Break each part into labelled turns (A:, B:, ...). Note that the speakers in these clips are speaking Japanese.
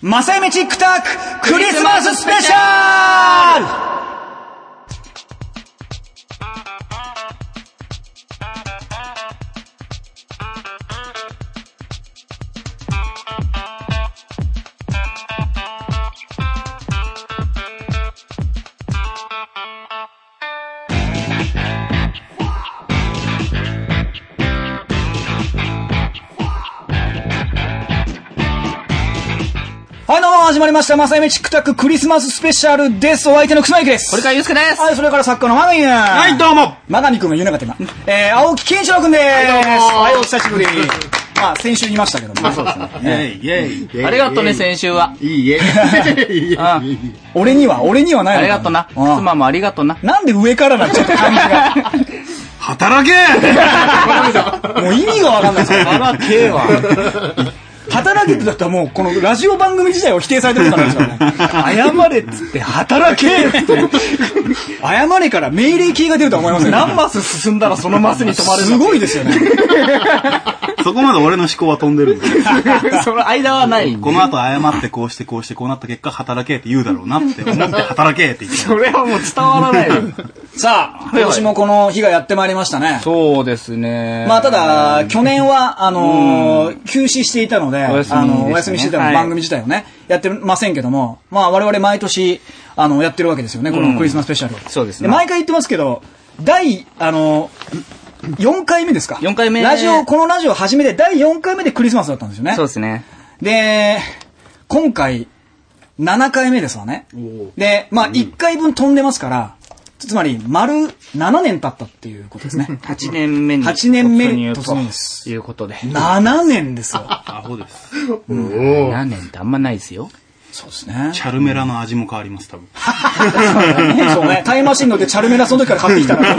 A: マサイメチックタッククリスマススペシャルはい、どうも、始まりました。マサイメチックタッククリスマススペシャルです。お相手の草薙です。
B: 堀川祐介です。
A: はい、それから作家のマガニン。は
B: はい、どうも。
A: マガニ君が言えなかった今。えー、青木健一郎君です。
B: はいどうも
A: はい、お久しぶり。まあ、先週言いましたけども。
B: そうですね。
C: イェイイェイ
B: ありがとうね、先週は。
C: いいえ。
B: あ
A: 俺には、俺にはないの
B: あ
A: か
B: りがとうな。
A: うん
B: 妻もありがとうな。
A: なんで上からなっちゃった感
C: 働け
A: じが。もう意味がわかんないですよ。
B: 働けは。
A: 働けってだったらもう、このラジオ番組自体を否定されてるからですよね。謝れっつって、働けっつって。謝れから命令系が出るとは思いません
B: 何マス進んだらそのマスに止まる
A: すごいですよね。
C: そこまで俺の思考は飛んでるんだよ
B: の。 その間はない。
C: この後謝ってこうしてこうしてこうなった結果働けって言うだろうなって思って働けって言って
B: それはもう伝わらないよ。
A: さあ、今年もこの日がやってまいりましたね。
B: そうですね。
A: まあた、だ、去年は、あのー休止していたので、
B: お休みでしたね
A: あの、お休みしてたの
B: はい
A: 番組自体をね、やってませんけども、まあ我々毎年、あの、やってるわけですよね、このクリスマススペシャルを。
B: そうですね
A: 毎回言ってますけど、第、あの4回目ですか
B: 四回目
A: ラジオ、このラジオ初めて第4回目でクリスマスだったんですよね。
B: そうですね。。
A: で、今回、7回目ですわね。で、まあ、1回分飛んでますから、つまり、丸7年経ったっていうことですね
B: 8年 目に。
A: 8年目に
B: 突
A: 突
B: 入
A: 入
B: と
A: です
B: いうことで。
A: 7年ですよ。
C: アホです。
B: 7年ってあんまないですよ。
A: そうですね。
C: チャルメラの味も変わります、多分。
A: そうね。タイムマシン乗ってチャルメラその時から買ってきたから、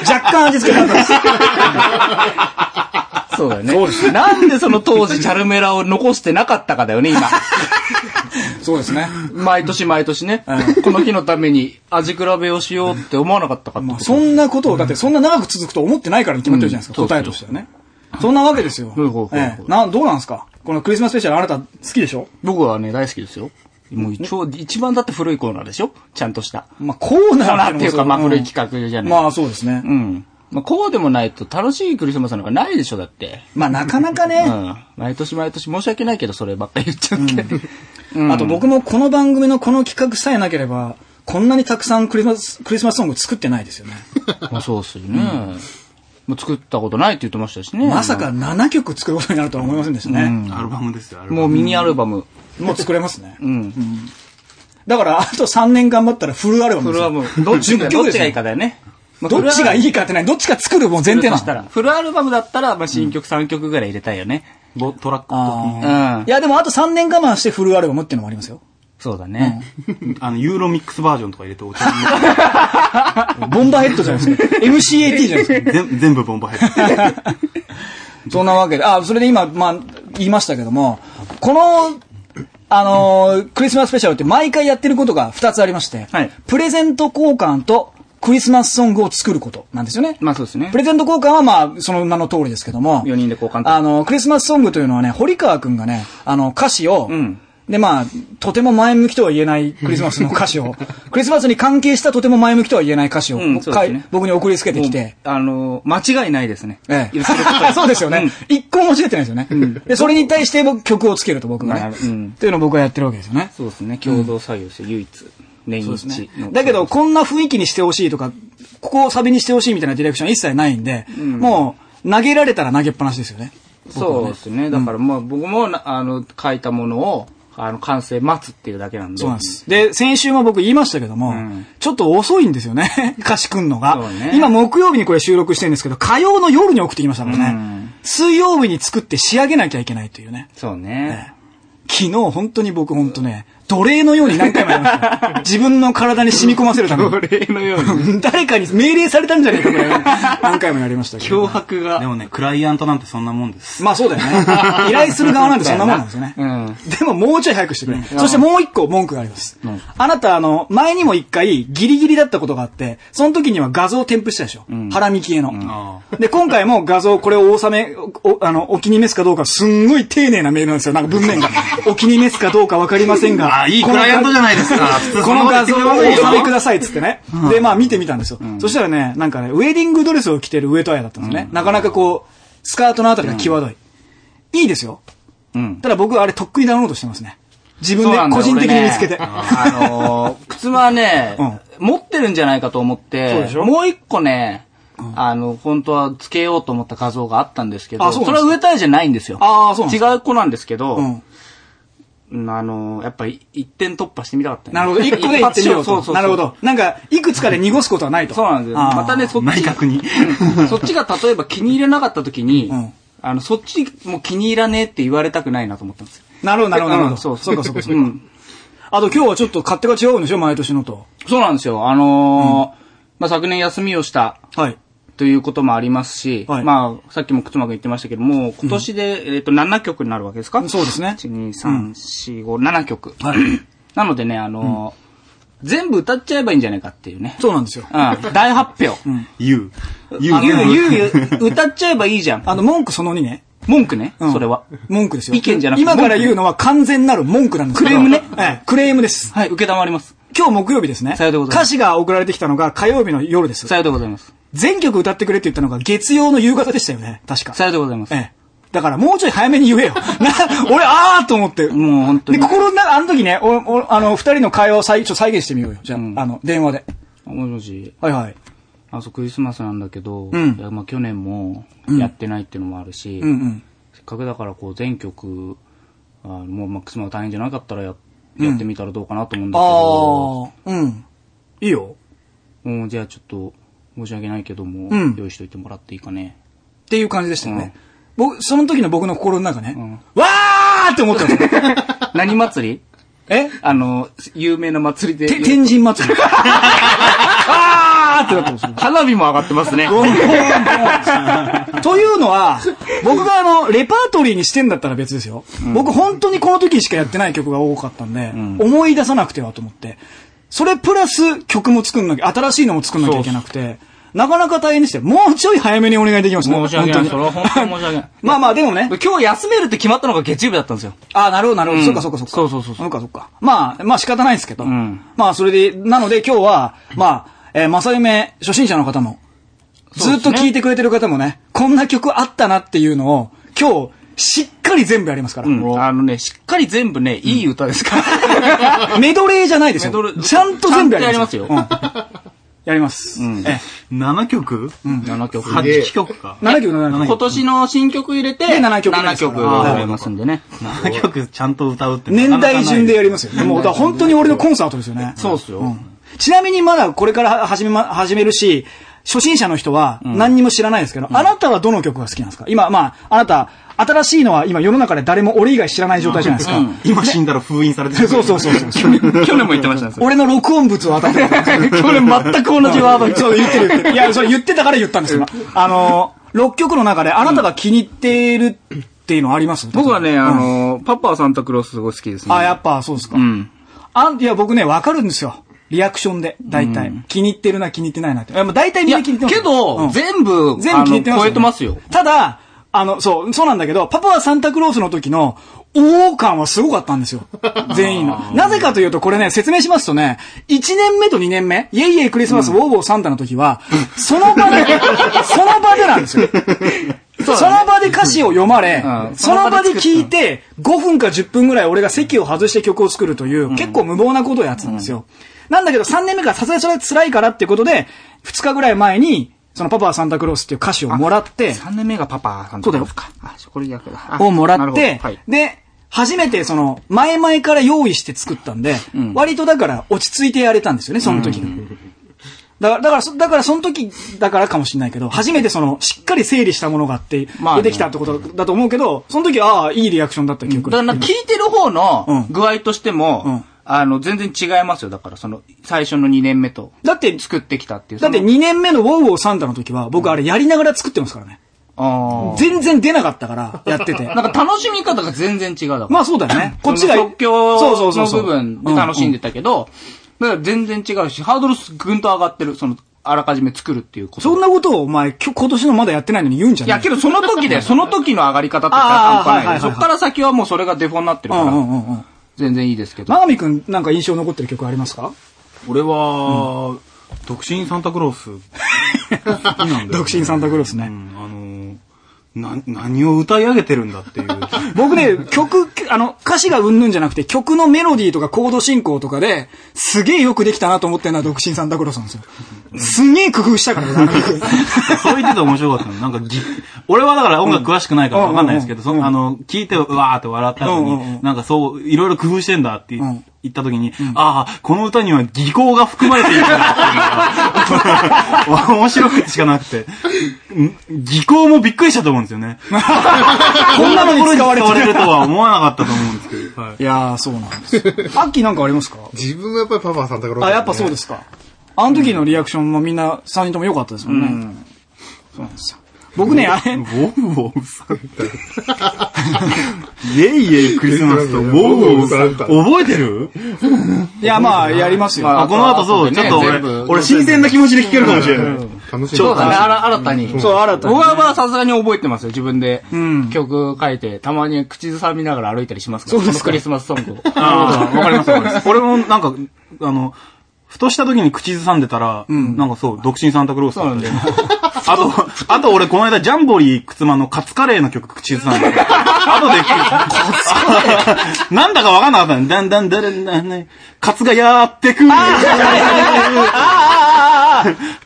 A: 若干味付け変わったんです。
B: そうだよね。なんでその当時チャルメラを残してなかったかだよね、今。
A: そうですね。
B: 毎年毎年ね、この日のために味比べをしようって思わなかったかって
A: ま
B: こ
A: あ、
B: と
A: そんなことを、だってそんな長く続くと思ってないからに決まってるじゃないですか、
B: うん
A: 答えとしてはね。そんなわけですよ
B: ほうほうほう。ほう
A: ええなどうなんですかこのクリスマススペシャルあなた好きでしょ
B: 僕はね、大好きですよ。もう一応、一番だって古いコーナーでしょちゃんとした。
A: まあ、コー
B: コー
A: ナ
B: ナ
A: ー
B: ーっていうか、まあ
A: ん
B: 古い企画じゃない。
A: まあ、そうですね
B: う。ん。まあこうでもないと楽しいクリスマスなんかないでしょ、だって。
A: まあ、なかなか
B: う
A: ね、
B: ん。毎年毎年申し訳ないけど、そればっか言っちゃって。うん
A: あと僕もこの番組のこの企画さえなければ、こんなにたくさんクリスマス、クリスマスソング作ってないですよね。
B: まあそうっすよね。もう作ったことないって言ってましたしね。
A: まさか7曲作ることになるとは思いませんでしたね。
C: アルバムですよ、アルバム。
B: もうミニアルバム。
A: もう作れますね。
B: うん。
A: だから、あと3年頑張ったらフルアルバム
B: フ
A: です
B: ル
A: よ
B: アルバム。どっちが、
A: 10曲
B: ど
A: で
B: っち
A: す
B: が
A: よ
B: いいかだよね。まあ
A: どっちがい
B: フ
A: いかってない、どっちが作るも前
B: ルア
A: 提
B: ルバム
A: な
B: したら
A: の。
B: フルアルバムだったら、まあ新曲3曲ぐらい入れたいよね。
C: ボトラックと、
A: あー
B: うん
A: いや、でもあと3年我慢してフルアルバムっていうのもありますよ。
B: そうだね。
C: あの、ユーロミックスバージョンとか入れてお茶
A: ボンバーヘッドじゃないですか。MCAT じゃないですか。
C: 全全部ボンバー入ってる。
A: そんなわけで、あ、それで今、まあ、言いましたけども、この、あのークリスマススペシャルって毎回やってることが2つありまして、
B: はい
A: プレゼント交換とクリスマスソングを作ることなんですよね。
B: まあそうですね
A: プ。レゼント交換はまあ、その名の通りですけども、
B: 四人で交換
A: あの、クリスマスソングというのはね、堀川くんがね、あの、歌詞を、
B: ん
A: で、まあ、とても前向きとは言えないクリスマスの歌詞を、 クリスマスに関係したとても前向きとは言えない歌詞を、
B: うんそうですね
A: かい僕に送りつけてきて、
B: あのー、間違いないですね。
A: ええ
B: 許せること は
A: そうですよね。一個も間違ってないですよね。で、それに対して僕曲をつけると僕が
B: な
A: ね
B: る。うん
A: というのを僕はやってるわけですよね。
B: そうですね。共同作業して唯一、年一の。
A: そうですね。だけど、、こんな雰囲気にしてほしいとか、ここをサビにしてほしいみたいなディレクションは一切ないんで、もう、投げられたら投げっぱなしですよね。
B: そうですね。だから、まあ、僕もな、あの、書いたものを、あの、完成待つっていうだけなんで。
A: そうなんで。す。で、先週も僕言いましたけども、
B: ん
A: ちょっと遅いんですよね、 歌詞くんのが、
B: そうね
A: 今木曜日にこれ収録してるんですけど、火曜の夜に送ってきましたからね、
B: うん
A: 水曜日に作って仕上げなきゃいけないというね。
B: そうね。
A: 昨日本当に僕本当ね、奴隷のように何回もやりました よ。自分の体に染み込ませるために。
B: 例のよう に。
A: 誰かに命令されたんじゃねえかぐらい何回もやりましたけど。
B: 脅迫が。
C: でもね、クライアントなんてそんなもんです。
A: まあそうだよね。 依頼する側なんてそんなもんなんですよね。
B: うん。
A: でももうちょい早くしてくれ。そしてもう一個文句があります
B: ん。
A: あなた、あの、前にも一回ギリギリだったことがあって、その時には画像を添付したでしょ。腹見系の
C: あ。
A: で、今回も画像、これをお納め、お、あの、お気に召すかどうか、すんごい丁寧なメールなんですよ。なんか文面 が。お気に召すかどうかわかりませんが。
C: あ、いいクライアントじゃないですか。普通
A: こ
C: そん
A: の
C: な
A: 画像を
C: こと
A: お
C: 言ってくれ
A: 納
C: ません
A: め
C: よ
A: くださいっつってね。で、まあ見てみたんですよ。そしたらね、なんかね、ウェディングドレスを着てる上戸彩だったんですね。なかなかこう、スカートのあたりが際どい。いいですよ。
B: うん。
A: ただ僕あれとっくにダウンロードしてますね。自分
B: そう
A: で
B: なんだ
A: 個
B: よ
A: 人的に見つけて。
B: 俺ねあのー、靴はね、持ってるんじゃないかと思って、
A: そうでしょ
B: もう一個ね、あの、本当はつけようと思った画像があったんですけど、
A: あそう
B: そ
A: なんです
B: れは
A: か
B: 植えたいじゃないんですよ。
A: ああそうなんです
B: 違う子なんですけど、
A: うん
B: うんあのー、やっぱり一点突破してみたかったね、
A: なるほど。一個で行ってみよう
B: そうそう
A: と。
B: そう
A: なるほど。なんか、いくつかで濁すことはないと。
B: そうなんですよ。
A: あー
B: またね、そっち。
C: 内閣に
B: うんそっちが例えば気に入れなかった時に、
A: うん
B: あの、そっちも気に入らねえって言われたくないなと思ったんですよ。
A: なるほど、なるほど、なるほど。
B: うんそう
A: そうか、そうか、そう
B: う
A: か
B: ん。
A: あと今日はちょっと勝手が違うんでしょ毎年のと。
B: そうなんですよ。あのーまあ、昨年休みをした
A: はい。
B: ということもありますし、
A: はい
B: まあ、さっきも靴間くん言ってましたけども、今年で、えっと、7曲になるわけですか
A: そうですね
B: 1、2、3、4、5、7曲。
A: はい。
B: なのでね、あのー全部歌っちゃえばいいんじゃないかっていうね。
A: そうなんですよ。
B: うん、大発表。
C: You.
B: ゆう
C: You.
B: ゆうゆう、歌っちゃえばいいじゃん。
A: あの、文句その2ね。
B: 文句ね、
A: うん
B: それは。
A: 文句ですよ。
B: 意見じゃなくて
A: 今から言うのは完全なる文句なんですけど
B: クレームね
A: ええ、クレームです。
B: はい、受けたまります。
A: 今日木曜日ですね。
B: さようでござい
A: 歌
B: ます
A: 詞が送られてきたのが火曜日の夜です
B: さ。ようでございます。
A: 全曲歌ってくれって言ったのが月曜の夕方でしたよね。確か。
B: さようでございます。
A: ええ。だからもうちょい早めに言えよ。な、 俺、あーと思って。
B: もう本当に
A: で、心の中、あの時ね、お、お、あの、二人の会話を再、ちょっと再現してみようよ。じゃあ、
B: うん
A: あの、電話で。
B: もしもし、
A: はいはい。
B: あ、そう、クリスマスなんだけど、
A: うん
B: いやまあ去年もやってないっていうのもあるし、
A: うんうん。
B: せっかくだからこう全曲、あもうマックスマが大変じゃなかったらや,、やってみたらどうかなと思うんだけど、
A: あー。うん。いいよ。
B: うん、じゃあちょっと申し訳ないけども、
A: うん
B: 用意しといてもらっていいかね。
A: っていう感じでしたよね。僕、その時の僕の心の中ね、わーって思ったんですよ。
B: 何祭り
A: え
B: あの、有名な祭りで。
A: て、天神祭り。あーってなってますよ。
B: 花火も上がってますね。
A: ボンボンボンというのは、僕があの、レパートリーにしてんだったら別ですよ。僕本当にこの時にしかやってない曲が多かったんで、思い出さなくてはと思って。それプラス曲も作んなきゃ、新しいのも作んなきゃいけなくて、なかなか大変でしたよ。もうちょい早めにお願いできましたね。
B: 申し訳ない。
A: 本
B: そ
A: 当に
B: れは本当に申し訳ない。
A: まあまあでもね。
B: 今日休めるって決まったのが月曜日だったんですよ。
A: ああ、なるほど、なるほど。
B: うん
A: そっかそっかそっか。
B: そうそうそうそう
A: っかそっか。まあ、まあ仕方ないですけど。
B: ん
A: まあそれで、なので今日は、まあ、えー、正夢初心者の方も、ずっと聞いてくれてる方もね、こんな曲あったなっていうのを、今日、しっかり全部やりますから。
B: うん、あのね、しっかり全部ね、いい歌ですから。
A: メドレーじゃないです
B: メドレ
A: よ。
B: ー
A: ちゃんと全部やり
B: ちゃんと
A: う
B: や
A: んやります。え
C: 7曲
B: 7曲。
C: ?8 曲か。
A: え、7曲の7曲。
B: 今年の新曲入れて、
A: で7曲目で
B: 7
A: すから
B: 曲歌いますんでね。
C: 7曲ちゃんと歌うってなか
A: 年
C: なかない
A: 代順でやりますよね。もう、だから本当に俺のコンサートですよね。
B: そうっすよ。
A: ちなみにまだこれから始めま、始めるし、初心者の人は何にも知らないですけど、あなたはどの曲が好きなんですか今、まあ、あなた、新しいのは今世の中で誰も俺以外知らない状態じゃないですか。
C: 今死んだら封印されて る。
A: そうそうそう そう。
B: 去年も言ってましたね。
A: 俺の録音物を当た ってた。
B: 去年全く同じワード言って
A: そう、言ってる言ってる。いや、それ言ってたから言ったんですよ。今あの、6曲の中であなたが気に入っているっていうのはあります
B: 僕はね、あの、パパはサンタクロースすごい好きですね。
A: あ、やっぱそうですか。
B: うん。
A: あん、いや、僕ね、わかるんですよ。リアクションで、大体。気に入ってるな、気に入ってないなって。いや、もう大体
B: い
A: みん
B: や、
A: な気
B: け
A: に入ってますよう
B: ど、
A: ん
B: 全部、
A: 全部聞いてます
B: あの
A: よ、
B: 超えてますよ。
A: ただ、あの、そう、そうなんだけど、パパはサンタクロースの時の、おお感はすごかったんです よ。全員の。なぜかというと、これね、説明しますとね、1年目と2年目、イェイイェイクリスマス、ウォーウォーサンタの時は、その場 で、その場でなんですよ。その場で歌詞を読まれ、
B: ん
A: その場で聞いて、5分か10分ぐらい俺が席を外して曲を作るという、結構無謀なことをやってたんですよ。なんだけど、3年目からさすがにそれは辛いからっていうことで、2日ぐらい前に、そのパパはサンタクロースっていう歌詞をもらって、
B: 3年目がパパサンタ
A: そうだ
B: クロ
A: よ
B: ースか。あ、これ逆だ。あ
A: をもら
B: なる
A: っ
B: ほど
A: て
B: はい、
A: で、初めてその、前々から用意して作ったんで、割とだから落ち着いてやれたんですよね、その時が。だから、だからそ、だからその時だからかもしれないけど、初めてその、しっかり整理したものがあって、
B: まあね
A: 出てきたってことだと思うけど、その時、ああ、いいリアクションだった記憶
B: だからな聞いてる方
A: う
B: の
A: ん
B: 具合としても、
A: うん
B: あの、全然違いますよ。だから、その、最初の2年目と、
A: だって、
B: 作ってきたっていう。
A: だって
B: その、
A: 2年目のウォウウォウサンタの時は、僕あれやりながら作ってますからね。
B: あ
A: 全然出なかった から、やってて。
B: あ。なんか楽しみ方が全然違うだ から。
A: まあそうだよね。こっちが、
B: その即興
A: そうそうそう
B: の
A: そう
B: 部分で楽しんでたけど、だから全然違うし、ハードルぐんと上がってる。その、あらかじめ作るっていうこと。
A: そんなことをお前、きょ今年のまだやってないのに言うんじゃ
B: い
A: ない
B: や、けどその時 で、その時の上がり方って
A: あ
B: 半
A: ー
B: 端ない。
A: はいはいは
B: そ
A: い
B: っから先はもうそれがデフォになってるか
A: うんう
B: ら、
A: んうんうん。
B: 全然いいですけど。
A: マガミ君なんか印象残ってる曲ありますか
C: 俺は、独身サンタクロース、好きなんだよね
A: 独身サンタクロースね
C: うんあのーな、 何を歌い上げてるんだっていう。
A: 僕ね、 曲、あの、歌詞がうんぬんじゃなくて、曲のメロディーとかコード進行とかで、すげえよくできたなと思ってるのは独身サンタクロースなんですよ。すげえ工夫したからね、あの 曲
C: そう言ってて面白かったの。なんかぎ、俺はだから音楽詳しくないからわかんないですけど、そのあの、聞いて、うわーって笑った後
A: うんうんう
C: に、
A: ん
C: なんかそう、いろいろ工夫してんだって
A: う
C: 言
A: ん
C: った時に、ああ、この歌には技巧が含まれているんだっていうのが 面白くてしかなくて。ん技巧もびっくりしたと思うんですよね。
A: こんなのに使われ
C: 使わ
A: て
C: れ
A: る。
C: るとは思わなかったと思うんですけど。はい
A: いやー、そうなん ですよ。アッキーなんかありますか
D: 自分はやっぱりパパさんだから。。
A: あ、やっぱそうですすか。あの時のリアクションもみんな3人とも良かったですもんね。そうなんですよ。僕ね、あれ、
C: ウォウウォウサン タ。イェイイェイクリスマスとウォウ ウォウサンタ。覚えてる
A: いや、まあ、やりますよ。
B: ま
C: あ、この後そう、
B: 後
C: ち
B: で
C: ょ
B: ね
C: っと俺
D: 全部、
C: 俺新鮮な気持ちで聞けるかもしれない。
D: 楽しい。
B: そうだね、あら新たに。
A: そう、新たに
B: 僕。はまあさすがに覚えてますよ、自分で
A: ん。
B: 曲書いて、たまに口ずさみながら歩いたりしますから、
A: そうですか
B: のクリスマスソングを。
C: ああ、わかりますわかります。俺もなんか、あの、ふとした時に口ずさんでたら、なんかそう、独身サンタクロース
B: そうなんだよ。
C: あと、あと俺この間ジャンボリー靴間のカツカレーの曲口ずさんでた。あとで、なんだかわかんなかったね。だんだんだんだんね、カツがやってくる。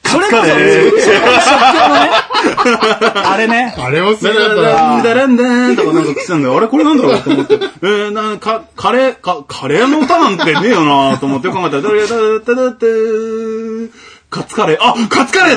A: それこ
C: カ
A: そ、
C: レー。
A: あれね。
D: あれもす
C: ダ
D: ごか
C: ラ
D: ったな。
C: ンダランダンとかなんか来てたんだよ。あれこれなんだろうと思って。えー、な、か、カレー、か、カレーの歌なんてねえよなと思って考えたら、だらだらだらだーカツカレー。あ、カツカレー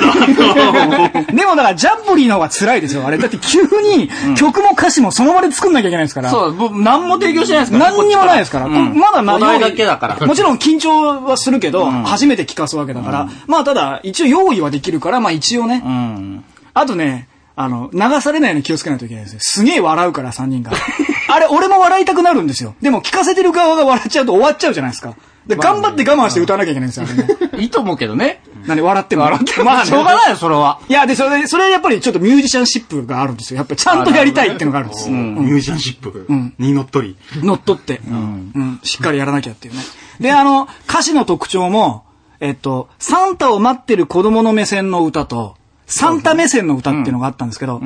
C: だ
A: でもだから、ジャンボリーの方が辛いですよ、あれ。だって急に、曲も歌詞もその場で作んなきゃいけないですから。
B: そう、僕何も提供してないですからね。
A: 何にもないですから。
B: こっち
A: これまだま
B: お題だけだから
A: もちろん緊張はするけど、初めて聞かすわけだから。まあただ、一応用意はできるから、まあ一応ね。
B: うん。
A: あとね、あの、流されないように気をつけないといけないですね。すげえ笑うから、3人が。 あれ、俺も笑いたくなるんですよ。でも聞かせてる側が笑っちゃうと終わっちゃうじゃないですか。で、頑張って我慢して歌わなきゃいけないんですよ、あれ ね。
B: いいと思うけどね。
A: 何、笑っても。笑って
B: まあ、しょうがないよ、それは。
A: いや、で、それで、それはやっぱりちょっとミュージシャンシップがあるんですよ。やっぱりちゃんとやりたいっていうのがあるんです。
C: ミュージシャンシップにのっとり。
A: 乗っ取って、うん、しっかりやらなきゃっていうね。で、あの、歌詞の特徴も、えっと、サンタを待ってる子供の目線の歌と、サンタ目線の歌っていうのがあったんですけど、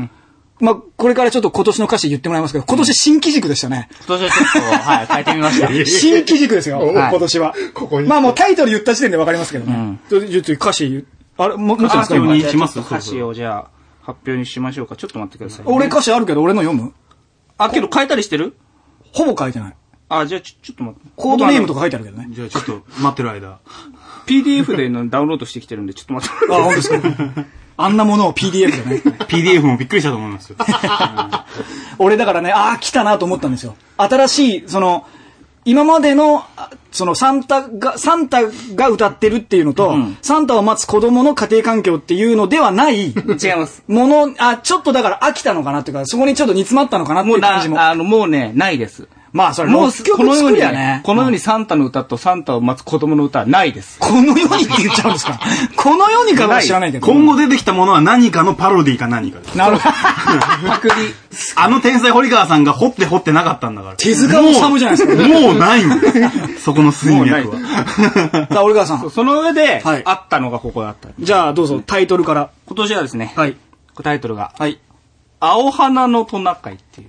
A: まあ、これからちょっと今年の歌詞言ってもらいますけど、今年新機軸でしたね。
B: 今年はちょっと、はい、 変えてみました。
A: 新機軸ですよ、
D: お
A: 今年は。
D: ここに
A: まあもうタイトル言った時点でわかりますけどね。ちょちょっと歌詞言う、あれ、も持ってますか
C: 歌詞を
A: 今
C: にします
B: じゃあちょっと歌詞をじゃあ、発表にしましょうか。ちょっと待ってください。
A: 俺歌詞あるけど、俺の読む
B: あ、けど変えたりしてる
A: ほぼ書いてない。
B: あ、じゃあちょ、ちょっと待って。
A: コードネームと
B: か。
A: か書いてあるけどね。
C: じゃあちょっと待ってる間。
B: PDF でのダウンロードしてきてるんで、ちょっと待って。
A: あ、本当ですか。あんなものを PDF じゃない。
C: PDF もびっくりしたと思い ますよ。
A: 俺だからね、ああ、来たなと思ったんですよ。新しい、その、今までの、あそのサンタが、サンタが歌ってるっていうのと、サンタを待つ子供の家庭環境っていうのではない、
B: 違います。
A: もの、あ、ちょっとだから飽きたのかなっていうか、そこにちょっと煮詰まったのかなって
B: も
A: いうう感
B: な
A: じも。
B: あの、もうね、ないです。
A: まあ、それ、
B: も
A: も
B: う
A: う、
B: この世
A: 作
B: に
A: りだ
B: ね
A: ね、。
B: この世にサンタの歌とサンタを待つ子供の歌はないです。
A: この世にって言っちゃうんですかこの世にかどうか知らない けど。
C: 今後出てきたものは何かのパロディか何かです。
A: なるほど。
B: パクリ。
C: あの天才堀川さんが掘って掘ってなかったんだから。
A: 手塚治虫じゃないですか
C: もうもうない んですそこの水脈
B: もう
C: は。
A: さあ、折川さん。
B: その上で、
A: はい
B: あったのがここだった。
A: じゃあ、どうぞ、タイトルから。
B: 今年はですね、
A: はい。
B: タイトルが、
A: はい。
B: 青花のトナカイっていう。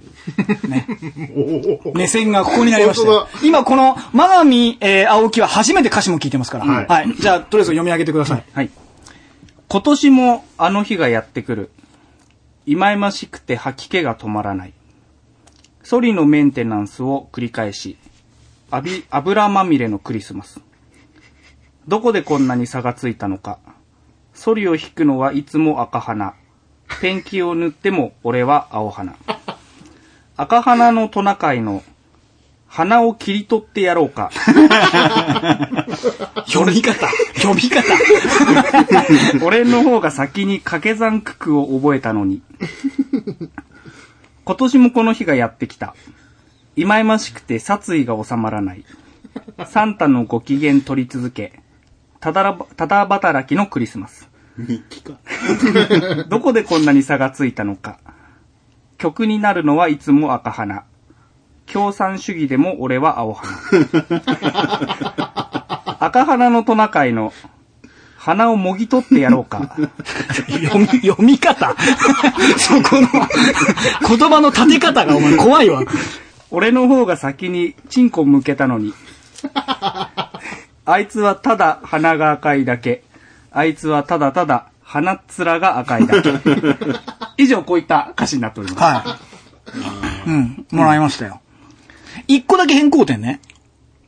A: 目線がここになりましたよ
D: 本当。
A: 今この、マガミ、えー、青木は初めて歌詞も聞いてますから。は。
D: はいい
A: じゃあ、とりあえず読み上げてくださ い。
B: はい。今年もあの日がやってくる。忌々しくて吐き気が止まらない。ソリのメンテナンスを繰り返し、あび油まみれのクリスマス。どこでこんなに差がついたのか。ソリを引くのはいつも赤花。ペンキを塗っても俺は青花。赤花のトナカイの鼻を切り取ってやろうか。
A: 読み方。読み方。
B: 俺の方が先に掛け算九九を覚えたの に。今年もこの日がやってきた。忌々しくて殺意が収まらない。サンタのご機嫌取り続け。ただらば、ただ働きのクリスマス。
C: 日記か。
B: どこでこんなに差がついたのか。曲になるのはいつも赤花。共産主義でも俺は青花。 赤花のトナカイの鼻をもぎ取ってやろうか。
A: 読み、読み方。 そこの、言葉の立て方がお前怖いわ。
B: 俺の方が先にチンコ向けたのに。あいつはただ鼻が赤いだけ。あいつはただただ鼻っ面が赤いだ け。以上こういった歌詞になっております。
A: はい。うん、もらいましたよ。一個だけ変更点ね。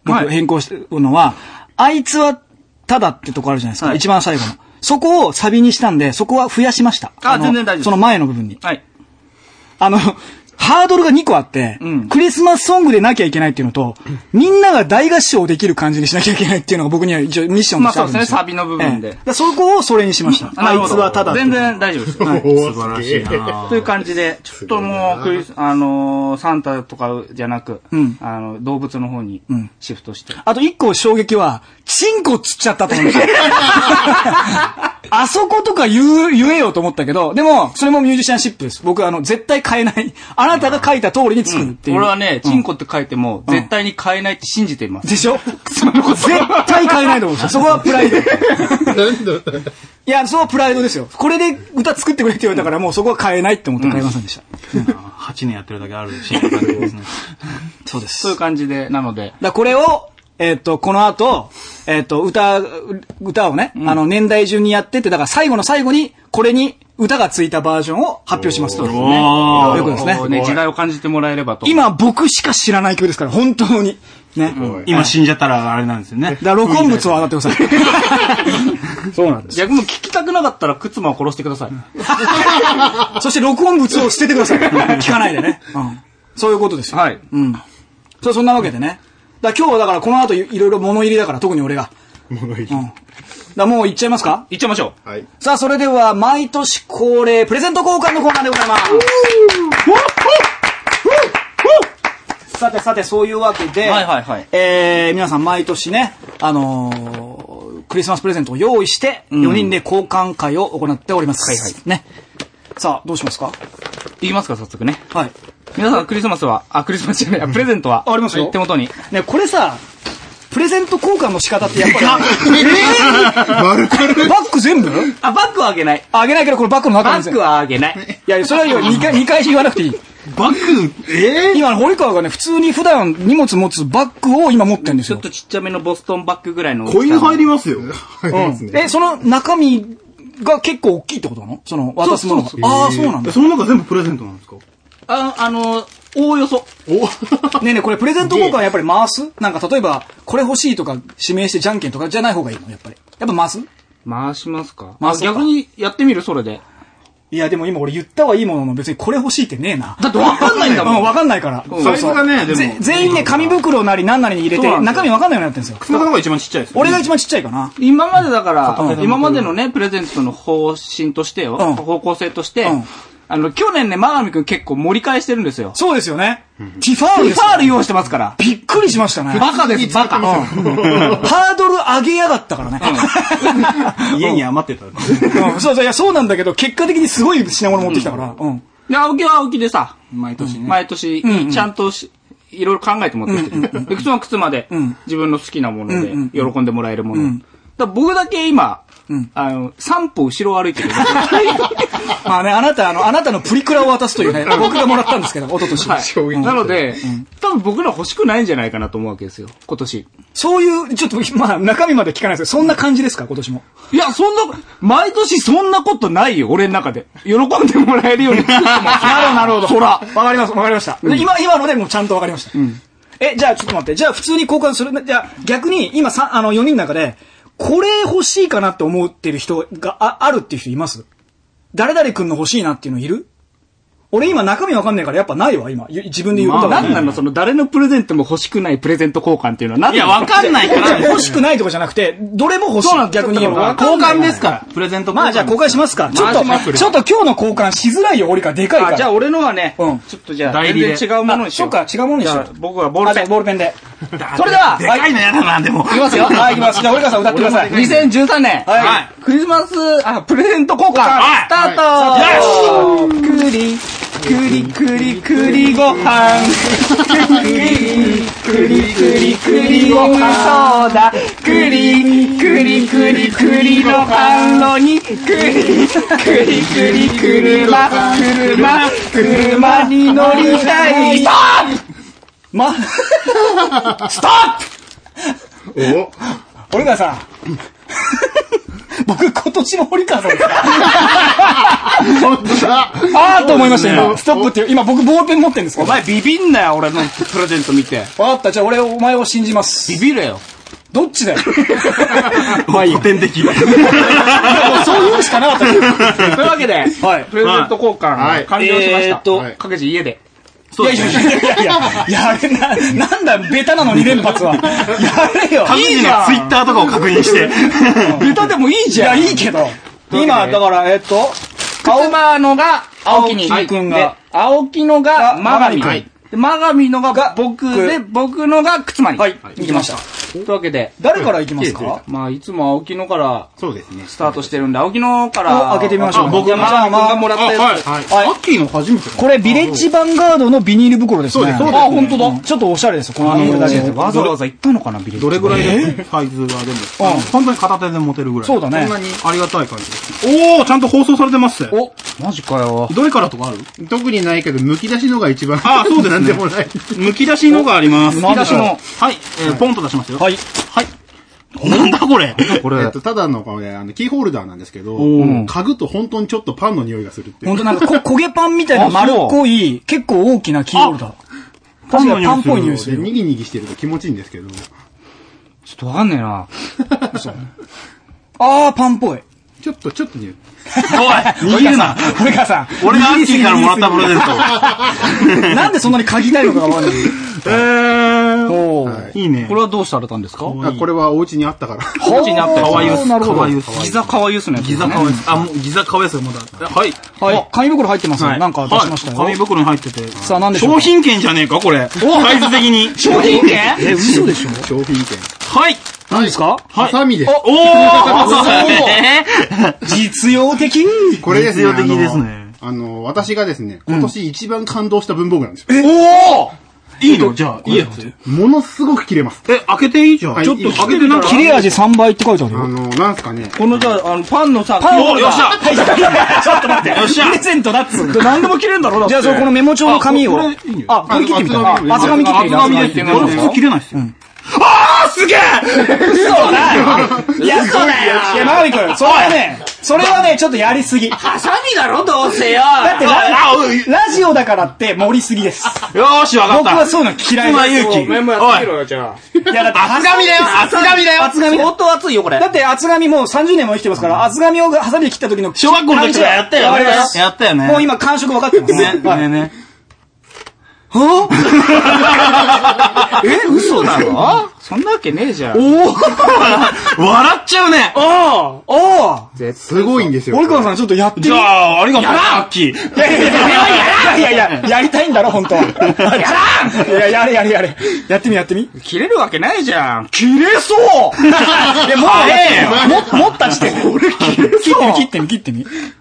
B: はい
A: 僕変更してるのは、あいつはただってとこあるじゃないですか。
B: はい
A: 一番最後の。そこをサビにしたんで、そこは増やしました。
B: あ
A: の
B: 全然大丈夫
A: その前の部分に。
B: はい。
A: あの、ハードルが2個あって、
B: うん
A: クリスマスソングでなきゃいけないっていうのと、みんなが大合唱できる感じにしなきゃいけないっていうのが僕には一応ミッションとしてあるんですよ。
B: まあそうですねサビの部分で
A: ええだからそこをそれにしました。
B: な
A: あ
B: るほ
A: いつ
B: ど
A: はただって
B: 全然大丈夫です。はい
C: 素晴らしいな
B: という感じで、ちょっともう、クリス、あのーサンタとかじゃなく、
A: うん
B: あの、動物の方に
A: ん
B: シフトして。
A: あと一個衝撃は、チンコつっちゃったと 思いました。あそことか言う、言えよと思ったけど、でも、それもミュージシャンシップです。僕、あの、絶対変えない。あなたが書いた通りに作るっていう。
B: 俺はね、チンコって書いても、絶対に変えないって信じています。
A: でしょ絶対変えないと思うんですよ。そこはプライド。い
D: なんだなんだ
A: や、そこはプライドですよ。これで歌作ってくれって言われたから、もうそこは変えないって思って変えませんでした。
C: 8年やってるだけあるし、感じですね。
A: そうです。
B: そういう感じで、なので、
A: だからこれを、えっ、と、この後、えっ、と、歌、歌をね、あの、年代順にやってって、だから最後の最後に、これに歌がついたバージョンを発表しますと。
C: おー
A: ということですね。
B: ね、時代を感じてもらえればと。、
A: 今、僕しか知らない曲ですから、本当に。ね。
C: 今死んじゃったらあれなんですよね。
A: だから録音物を上がってくだ さい。そうなんで。
B: 逆に聞きたくなかったら、クツマを殺してください。
A: そして録音物を捨ててくだ さい。聞かないでね。うん。そういうことですよ。
B: はい。
A: うん。そ、そんなわけでね。だから今日はだからこの後いいろいろ物入りだから、特に俺が。
D: 物言い。
A: うん。だからもう行っちゃいますか
B: 行っちゃいましょ
D: はい。
A: さあ、それでは、毎年恒例、プレゼント交換のコーナーでございます。さてさて、そういうわけで、
B: はいはいはい
A: えー、皆さん毎年ね、あのークリスマスプレゼントを用意して、4人で交換会を行っております。。
B: はいはい
A: ね。さあ、どうしますか
B: う。行きますか、早速ね。
A: はい。
B: 皆さん、クリスマスは、あ、クリスマスじゃない、あプレゼントは、
A: あありますよ
B: 手元に。
A: ね、これさ、プレゼント交換の仕方ってやっぱり、
D: 丸か
A: えー、バッグ全部
B: あ、バッグはあげない。
A: あげないけど、これバッグの中
B: バ
A: に
B: ッグはあげない。
A: いや、それは2回、二回言わなくていい。
C: バッグ、え
A: 今、堀川がね、普通に普段荷物持つバッグを今持ってるんです
B: ちょ
A: よ
B: っ。とちっちゃめのボストンバッグぐらいの。
C: コイン入りますよ。
D: 入りますね。
A: え、その中身が結構大きいってことなのその、渡すものが
B: そ。
A: ああ、そうなんだ。ね
C: その中全部プレゼントなんですか
B: ああの、おおよそ。
D: お
A: えねえ、これプレゼント交換はやっぱり回すなんか例えば、これ欲しいとか指名してじゃんけんとかじゃない方がいいのやっぱり。やっぱ回す
B: 回しますか
A: 回
B: あ
A: そうか
B: 逆にやってみるそれで。
A: いや、でも今俺言ったはいいものの別にこれ欲しいってねえな。
B: だってわかんないんだもん
A: うわかんないから。そうそう
C: サイズがねでも
A: ぜ全員ね、紙袋なり何なりに入れ
B: そうな
A: て、
B: んですよ
A: 中身わかんないようになってるんですよ。
C: 靴の方が一番ちっちゃいです。
A: 俺が一番ちっちゃいかな。
B: 今までだから、
A: うん
B: 今までのね、プレゼントの方針としてよ、
A: うん
B: 方向性として、
A: うん
B: あの、去年ね、マーミ君結構盛り返してるんですよ。
A: そうですよね。ティファー
B: フ
A: ルですよ
B: ァール用意してますから。
A: びっくりしましたね。
B: バカです、バカ。
A: ハードル上げやがったからね。
C: 家に余ってた。
A: うんそうそう、いや、そうなんだけど、結果的にすごい品物持ってきたから。うん。
B: で、青木は青木でさ、
C: 毎年ね。
B: 毎年、ちゃんとし、いろいろ考えて持ってきてる。で、靴は靴まで、自分の好きなもので、喜んでもらえるもの。だから僕だけ今、あの、3歩後ろ歩いてる。
A: まあね、あなた、あの、あなたのプリクラを渡すというね、僕がもらったんですけど、一昨年、
D: 衝撃
B: なので、多分僕ら欲しくないんじゃないかなと思うわけですよ、今年。
A: そういう、ちょっと、まあ、中身まで聞かないですけど、そんな感じですか、今年も。
B: いや、そんな、毎年そんなことないよ、俺の中で。喜んでもらえるように作ってます。なる ほど、なるほど。ほら。
A: わかります、わかりました。で今、今のでもちゃんとわかりました。え、じゃあ、ちょっと待って。じゃあ、普通に交換するね。じゃあ、逆に、今、さあの、4人の中で、これ欲しいかなって思ってる人がああるっていう人います誰々くんの欲しいなっていうのいる俺今中身わかんないからやっぱないわ、今。ゆ自分で言うことは
B: なんなのその誰のプレゼントも欲しくないプレゼント交換っていうのは何
C: いや、わかんないから。
A: 欲しくないとかじゃなくて、どれも欲し
C: そうなん
A: い。
C: です
A: 逆に言えば。
C: 交換ですから。プレゼント交換。
A: まあじゃあ交換しますか。ちょっ
C: 回します
A: と、ちょっと今日の交換しづらいよ、俺がでかいか
B: あ、
A: ら。
B: じゃあ俺のはね、
A: うん
B: ちょっとじゃあ、
C: 代
B: 全
C: 理で
B: 然違うものにし
A: そっ
B: よう。
A: か、違うものにしよう
B: じゃあ。僕はボールペン
A: あじゃあボールペンで。
C: そ
A: そ
C: れ
A: れ
C: で
A: で
C: は
A: は
C: でかいのやだな、でも。
A: いきますよ。はい、いきます。じゃあ、堀川さん歌ってください。
B: 2013年、
A: はい
B: はいクリスマス、あ、プレゼント交換、
C: はい
B: スタート、くり、くりくりくりご飯。くり、くりくりくりご飯。そうだ。くり、くりくりくりの販路に、くり、くりくり車、車、車に乗りたい。スト
A: ま、
B: ッ
D: お
A: 堀川さん。僕、今年の堀川さんですか
D: 本当だ
A: あーと思いました、
C: そうですね
A: 今。ストップっていう。今、僕、ボールペン持ってるんですけ
B: お
A: ど。わ
B: 前ビビんなよ、俺のプレゼント見て。
A: かった。じゃあ、俺、お前を信じます。
B: ビビれよ。
A: どっちだよ。
C: まあいい。古典的。
A: もうそう言うしかなかった。
B: というわけで、
A: はい。
B: プレゼント交換、
D: はい
B: 完了しました。
A: えーっと
D: はい
B: かけじ家で。
A: いやいやいやいやいや、やれな、なんだよ、ベタなの2連発は。やれよ。
C: 各自のツイッターとかを確認して。
B: ベタでもいいじゃん。
A: いや、いいけど。今、だから、えっと、
B: 青マーのが青木に。
A: 青木君が
B: で青木のがマガ
A: は
B: ミ君
A: い。
B: でマガミのが僕
A: 僕
B: で、僕のがくつまり。
A: はい、
B: 行
A: 行
B: き
A: き
B: ま
A: ま
B: し
A: したた。。
B: というわけで、
A: 誰から行きますか
B: まあ、いつも青木のから
D: そうですね。
B: スタートしてるんで、青木のから。
A: お開けてみましょう
B: あ僕
A: じ
B: が
A: ゃあ
B: マガミ君がもらったやつ。
D: はい。
A: はい
D: アッキーの初めてか
A: これ、ビレッジヴァンガードのビニール袋ですね。
D: そうですそうです
A: あ、本当だ。ちょっとおしゃれですよ、このアングルだけで。うん
B: わざわざ行ったのかな、ビリ
D: どれぐらいのサイズがでも、本当に片手で持てるぐらい。
A: そうだね
D: そんなにありがたい感じです。おー、ちゃんと放送されてますって。
B: お、マジかよ。
C: どれからとかある
E: 特にないけど、剥き出しのが一番。
C: あ、そうですね。
E: なんでもない。
C: むき出しのがあります。
A: なんでしょう
C: はい、えーポンと出しますよ。
A: はい。
C: なんだこれ。こ
E: えっと、ただの、これ、あの、キーホルダーなんですけど、嗅ぐと本当にちょっとパンの匂いがするっていう。
A: 本当なんか、こ 焦げパンみたいな丸っこい、結構大きなキーホルダー。
C: パ
A: 確
C: ンの
A: かにパン
C: 匂い
A: っ
C: す
A: ぽ
C: る
A: い匂いす
E: で、
A: る。
E: にぎにぎしてると気持ちいいんですけど、
B: ちょっとわかんねえな。
A: あー、パンっぽい。
E: ちょっと、ちょっと匂
C: お
E: い。
C: い、握るな。
A: 堀川さん、
C: 俺がアンキーからもらったプレゼン
A: なんでそんなに嗅ぎたいのかがわかんない。
C: ト。え
A: おー。
C: ー、いいね。
B: これはどうされたんですか
E: あ、これはお家にあったから。
B: 当時にあったやつ。
C: かわいいです
A: なるほ
C: か
A: ど
C: わいい。です
B: ギザかわいいですね。
C: ギザかわいいです。あ、もうギザかわいいですよ、まだ。はい。
A: はい。紙袋入ってますね。なんか出しました
C: はい
A: よ
C: 紙。袋に入ってて。
A: さあ、なんでしょう
C: 商
A: か。
C: 品券じゃねえか、これ。サイズ的に。
B: 商品券
A: え、嘘でし ょ
E: 商品券。
C: はい。
A: 何ですか
E: ハサミです。
C: お ー
A: 実用的
E: これですね。
C: 実用的ですね
E: あの。あの、私がですね、今年一番感動した文房具なんですよ。
C: おおいいのじゃあ、いいやつ。
E: ものすごく切れます。
C: え、開けていいじゃん。
E: はい
C: ちょっと開けてなんか。
A: 切れ味3倍って書いてある
E: あ
A: よ。
E: の、なんすかね。
B: このじゃあ、あの、パンのさ、
A: パン
C: およっしゃ
A: ちょっと待って。
C: よっしゃ
A: プレゼントだっつうの
B: 何でも切れるんだろう
A: じゃあ、それこのメモ帳の紙を。
C: あこれいいよ
A: あ、これ切ってみた
E: あ
A: あ
E: 厚紙で
A: 厚紙切ってみた。
C: 紙ですよ。これ普通切れないですよ。あーすげえ
A: そうだいや、そうだよいや、マガミ君、それはね、それはね、ちょっとやりすぎ。だっ
B: ハサミだろ、どうせよ
A: て
C: あ
A: ラ、
C: おい
A: ラジオだからって盛りすぎです。
C: よーし、わかった。
A: 僕はそういうの嫌い
C: 妻
A: で
C: 勇
B: や
C: 気。
B: ってみろ
C: おい
B: よ、じゃあ。
A: す。いや、だって、厚
C: 紙だよ厚
A: 厚
C: 紙だよ
A: 紙だよ
B: 相当熱いよ、これ
A: だ。って厚紙もう30年も生きてますから、厚紙をハサミで切った時の。
C: 小学校の時とかやったよ
A: わか
C: ね
A: ります
C: やったよね
A: もう今感触分かってます。
C: ね、
A: はい
C: ね、ね。
B: え、嘘だろそんなわけねえじゃん。
A: おお
C: 笑っちゃうね。
A: ああおお
E: すごいんですよ。
A: 森川さんちょっとやってみ
C: じゃあ、ありがとう、ラッキー。
A: いやいやいやいやいやいや、やりたいんだろ、本当は。やらんいや、やれやれやれ。やってみやって み。
B: 切れるわけないじゃん。
A: 切れ そういや、もう
C: 早えよ
A: やってみ、も持った時点で。俺切れそう切ってみ、切ってみ、切って